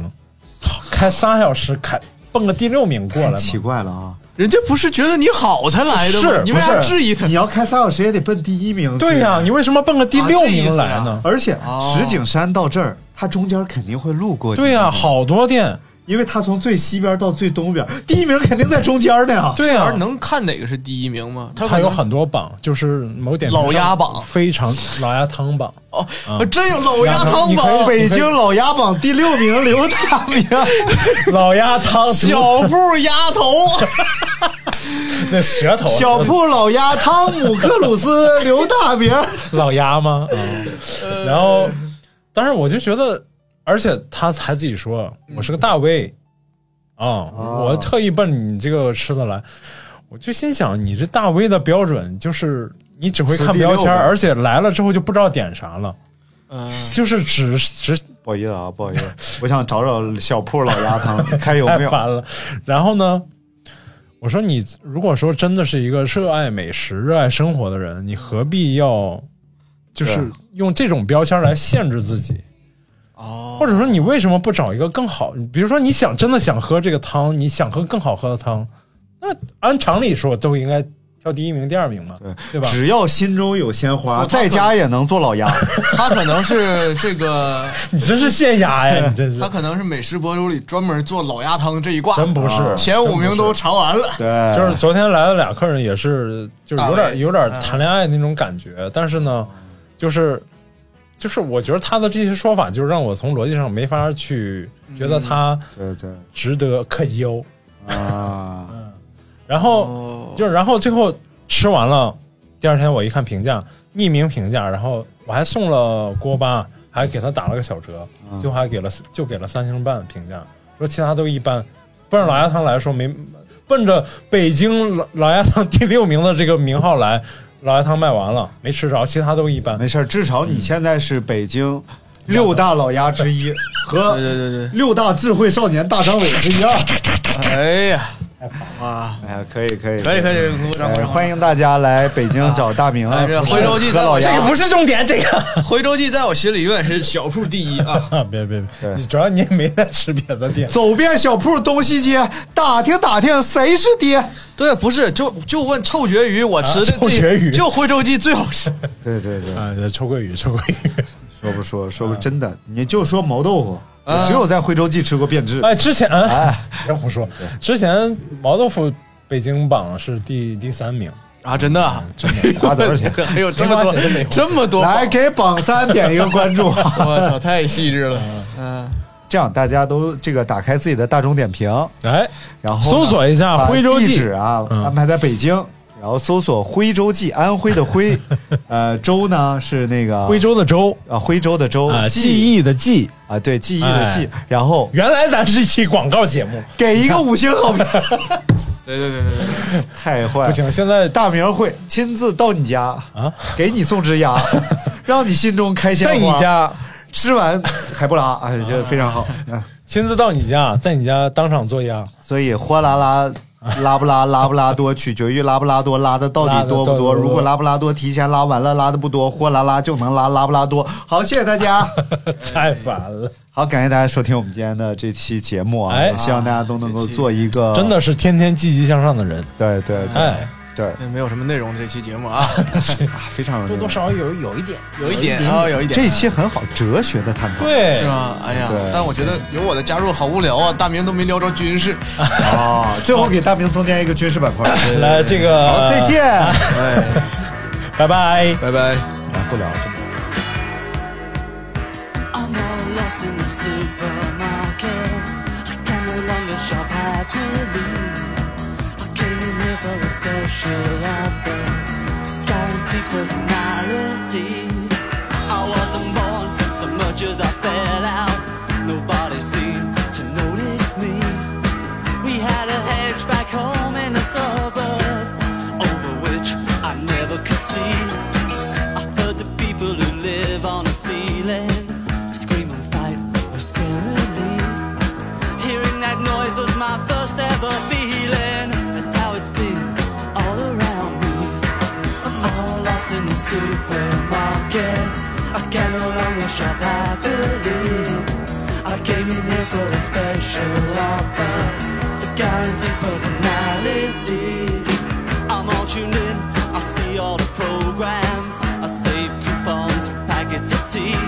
Speaker 5: 开三小时开奔个第六名过来吗？
Speaker 4: 奇怪了啊！
Speaker 6: 人家不是觉得你好才来的吗？
Speaker 5: 是
Speaker 6: 你
Speaker 4: 不
Speaker 6: 为啥
Speaker 4: 是
Speaker 6: 质疑他？
Speaker 4: 你要开三小时也得奔第一名去。
Speaker 5: 对呀、你为什么奔个第六名来
Speaker 6: 啊这意思
Speaker 5: 呢
Speaker 6: 啊？
Speaker 4: 而且
Speaker 6: 哦
Speaker 4: 石景山到这儿，它中间肯定会路过。
Speaker 5: 对呀、，好多店，
Speaker 4: 因为它从最西边到最东边，第一名肯定在中间的呀。
Speaker 5: 对呀、
Speaker 6: 而能看哪个是第一名吗？他
Speaker 5: 它啊有
Speaker 6: 可能
Speaker 5: 很多榜，就是某点
Speaker 6: 老鸭榜
Speaker 5: 非常老鸭汤榜。
Speaker 6: 哦，真有老鸭汤
Speaker 5: 你
Speaker 6: 吧
Speaker 5: 可？以
Speaker 4: 北京老鸭榜第六名刘大明，
Speaker 5: (laughs) 老鸭汤，
Speaker 6: 小布丫头，
Speaker 5: 那舌头，
Speaker 4: 小铺老鸭汤姆克鲁斯刘大明。
Speaker 5: 老鸭吗？嗯然后，但是我就觉得，而且他还自己说我是个大 V 啊、我特意奔你这个吃的来，我就心想，你这大 V 的标准就是你只会看标
Speaker 4: 16
Speaker 5: 签，
Speaker 4: 吧
Speaker 5: 而且来了之后就不知道点啥了，
Speaker 6: 嗯，
Speaker 5: 就是只只
Speaker 4: 不好意思啊，不好意思，我想找找小铺老鸭汤，看有
Speaker 5: 太
Speaker 4: 没有。
Speaker 5: 烦了。然后呢，我说你如果说真的是一个热爱美食、热爱生活的人，你何必要就是
Speaker 4: 对
Speaker 5: 用这种标签来限制自己？
Speaker 6: 哦，
Speaker 5: 或者说你为什么不找一个更好？比如说你想真的想喝这个汤，你想喝更好喝的汤，那按常理说都应该挑第一名、第二名嘛，对吧？
Speaker 4: 只要心中有鲜花，
Speaker 6: 我操
Speaker 4: 在家也能做老
Speaker 5: (laughs)
Speaker 4: 鸭。
Speaker 6: (laughs) 他可能是这个，
Speaker 5: 你真是现压呀，你真是
Speaker 6: 他可能是美食博主里专门做老鸭汤这一挂，
Speaker 5: 真不是。
Speaker 6: 前五名都尝完了。
Speaker 4: 对，
Speaker 5: 就是昨天来了俩客人，也是就是有
Speaker 6: 大
Speaker 5: 点
Speaker 6: 胃
Speaker 5: 有点谈恋爱那种感觉，但是呢，就是就是我觉得他的这些说法，就是让我从逻辑上没法去觉得他
Speaker 4: 对对
Speaker 5: 值得可邀。
Speaker 4: 啊，
Speaker 5: 然后
Speaker 6: 哦，
Speaker 5: 就是然后最后吃完了，第二天我一看评价，匿名评价，然后我还送了锅巴，还给他打了个小折，就还给了就给了三星半评价，说其他都一般。奔着老鸭汤来说没，奔着北京老老鸭汤第六名的这个名号来，老鸭汤卖完了没吃着，其他都一般。
Speaker 4: 没事儿，至少你现在是北京六大老鸭之一，和
Speaker 6: 对对对
Speaker 4: 六大智慧少年大张伟是一样。
Speaker 6: 对，哎呀，哇，
Speaker 4: 哎呀，可以可以
Speaker 6: 可以可以，鼓掌鼓
Speaker 4: 哎
Speaker 6: 掌！
Speaker 4: 欢迎大家来北京找大
Speaker 5: (laughs)
Speaker 4: 明啊！
Speaker 6: 哎这
Speaker 4: 不是
Speaker 6: 徽州记
Speaker 4: 喝
Speaker 6: 载
Speaker 4: 老
Speaker 6: 我这
Speaker 4: 鸭
Speaker 6: 个
Speaker 5: 不是重点，这个
Speaker 6: 《徽州记》在我心里永远是小铺第一啊！
Speaker 5: 啊，别别别，
Speaker 4: 对
Speaker 5: 你主要你也没在吃别的
Speaker 4: (laughs)
Speaker 5: 店，
Speaker 4: 走遍小铺东西街，打听打听谁是爹。
Speaker 6: 对，不是就就问臭鳜鱼，我吃的
Speaker 5: 啊臭鳜鱼
Speaker 6: 这就《徽州记》最好吃。
Speaker 4: 对对对，
Speaker 5: 啊，臭鳜鱼，臭鳜鱼。
Speaker 4: 说不说说不真的，你就说毛豆腐，
Speaker 6: 啊
Speaker 4: 我只有在徽州记吃过变质。
Speaker 5: 嗯 (laughs) 哎，之前哎，别胡说，之前毛豆腐北京榜是第第三名，
Speaker 6: 啊，真的啊，
Speaker 5: 真的
Speaker 4: 花多少钱？
Speaker 6: (laughs) 还有这么
Speaker 5: 真花钱真没花
Speaker 6: 多这么多，
Speaker 4: 来给榜三点一个关
Speaker 5: (laughs)
Speaker 4: 注。
Speaker 6: 我操，太细致了。嗯，
Speaker 4: 这样大家都这个打开自己的大众点评，
Speaker 5: 哎，
Speaker 4: 然后呢
Speaker 5: 搜索一下
Speaker 4: 把
Speaker 5: 徽州
Speaker 4: 地
Speaker 5: 记
Speaker 4: 址，啊，
Speaker 5: 嗯
Speaker 4: 安排在北京，然后搜索徽州记，安徽的
Speaker 5: (laughs)
Speaker 4: 徽，呃，州呢是那个
Speaker 5: 徽州的州
Speaker 4: 啊，徽州的州，
Speaker 5: 啊，
Speaker 4: 记
Speaker 5: 记忆的哎记。
Speaker 4: 啊，对，记忆的记，然后
Speaker 5: 原来咱是一期广告节目，
Speaker 4: 给一个五星
Speaker 5: (laughs)
Speaker 4: 好评，
Speaker 6: 对对对对对，
Speaker 4: 太坏了，
Speaker 5: 不行，现在
Speaker 4: 大明会亲自到你家
Speaker 5: 啊，
Speaker 4: 给你送
Speaker 5: (laughs)
Speaker 4: 只鸭，让你心中开鲜花。
Speaker 5: 在你家
Speaker 4: 吃完还不拉，哎，这非常好。啊
Speaker 5: 亲自到你家，在你家当场啊做
Speaker 4: (laughs)
Speaker 5: 鸭，
Speaker 4: 所以哗啦啦。拉布拉拉布拉多取决于拉布拉多拉的到
Speaker 5: 拉
Speaker 4: 底
Speaker 5: 得
Speaker 4: 多不
Speaker 5: 到底
Speaker 4: 多。
Speaker 5: 多
Speaker 4: 如果拉布拉多提前拉完了，拉的不多，哗啦啦就能拉拉布拉多。好，谢谢大家。
Speaker 5: (laughs) 太烦了，
Speaker 4: 好，感谢大家收听我们今天的这期节目啊！
Speaker 5: 哎
Speaker 4: 希望大家都能够做一个
Speaker 5: 真，的是天天积极向上的人，
Speaker 4: 对对对、
Speaker 5: 哎，
Speaker 4: 对，
Speaker 6: 这没有什么内容的这期节目啊，
Speaker 4: 啊，非常有内
Speaker 5: 多
Speaker 4: 容
Speaker 5: 多少少有有一点，
Speaker 6: 有一点啊，有一点。
Speaker 4: 这一期很好，哲学的探讨。
Speaker 5: 对
Speaker 6: 是，吗？哎呀
Speaker 4: 对，
Speaker 6: 但我觉得有我的加入好无聊啊！大明都没聊着军事，
Speaker 4: 啊，最后给大明增加一个军事板块。
Speaker 5: (laughs) 来啊这个，
Speaker 4: 好，再，见。
Speaker 6: 哎，
Speaker 5: 拜拜。
Speaker 6: 拜拜。
Speaker 4: 不聊了。
Speaker 7: I'm all lost in the supermarket. I can no longer shop happily. I came in here for a special offer, guaranteed personality. I wasn't born so much as I fell out. Nobody seemed to notice me. We had a hedge back home in the suburb, over which I never could see. I heard the people who live on the ceiling scream and fight hysterically. Hearing that noise was my first ever feeling. That's how it's been all around me. I'm all lost in the supermarket. I can no longer shop happily. I came in here for a special offer, a guaranteed personality. I'm all tuned in. I see all the programs. I save coupons, packets of tea.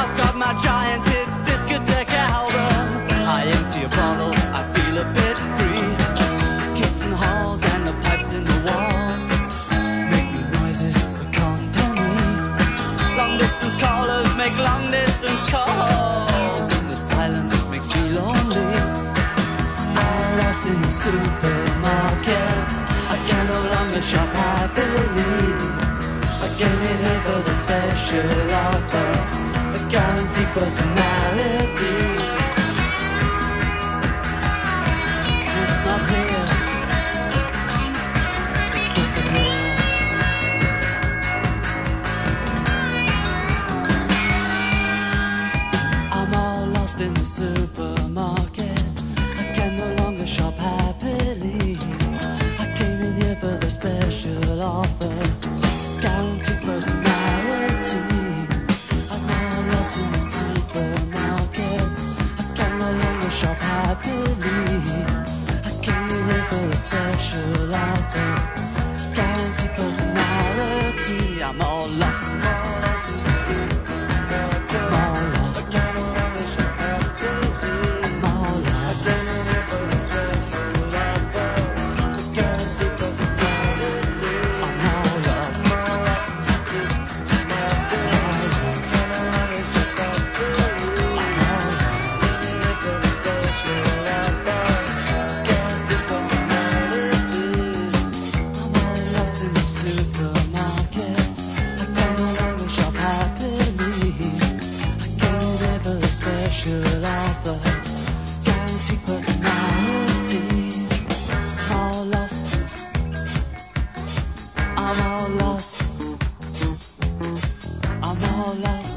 Speaker 7: I've got my giant hit discotheque album. I empty a bottle. I feel a bit free. Kids in halls and the pipes in the walls make me noises for company. Long distance callers make long distance calls, and the silence makes me lonely. I'm lost in the supermarket. I can no longer shop happily. I came in here for the special offer, a guaranteed personality. It's not here. It disappeared. a special offer. Counting personality. I'm all lost in the supermarket. I can no longer shop happily. I came here for a special offer. Counting personality. I'm all lost. I'm all lost. I'm all lost. I'm all lost. I'm all lost in the supermarket. I can no longer shop happily. I can't live a special offer. Guaranteed personality. I'm all lost. I'm all lost. I'm all lost.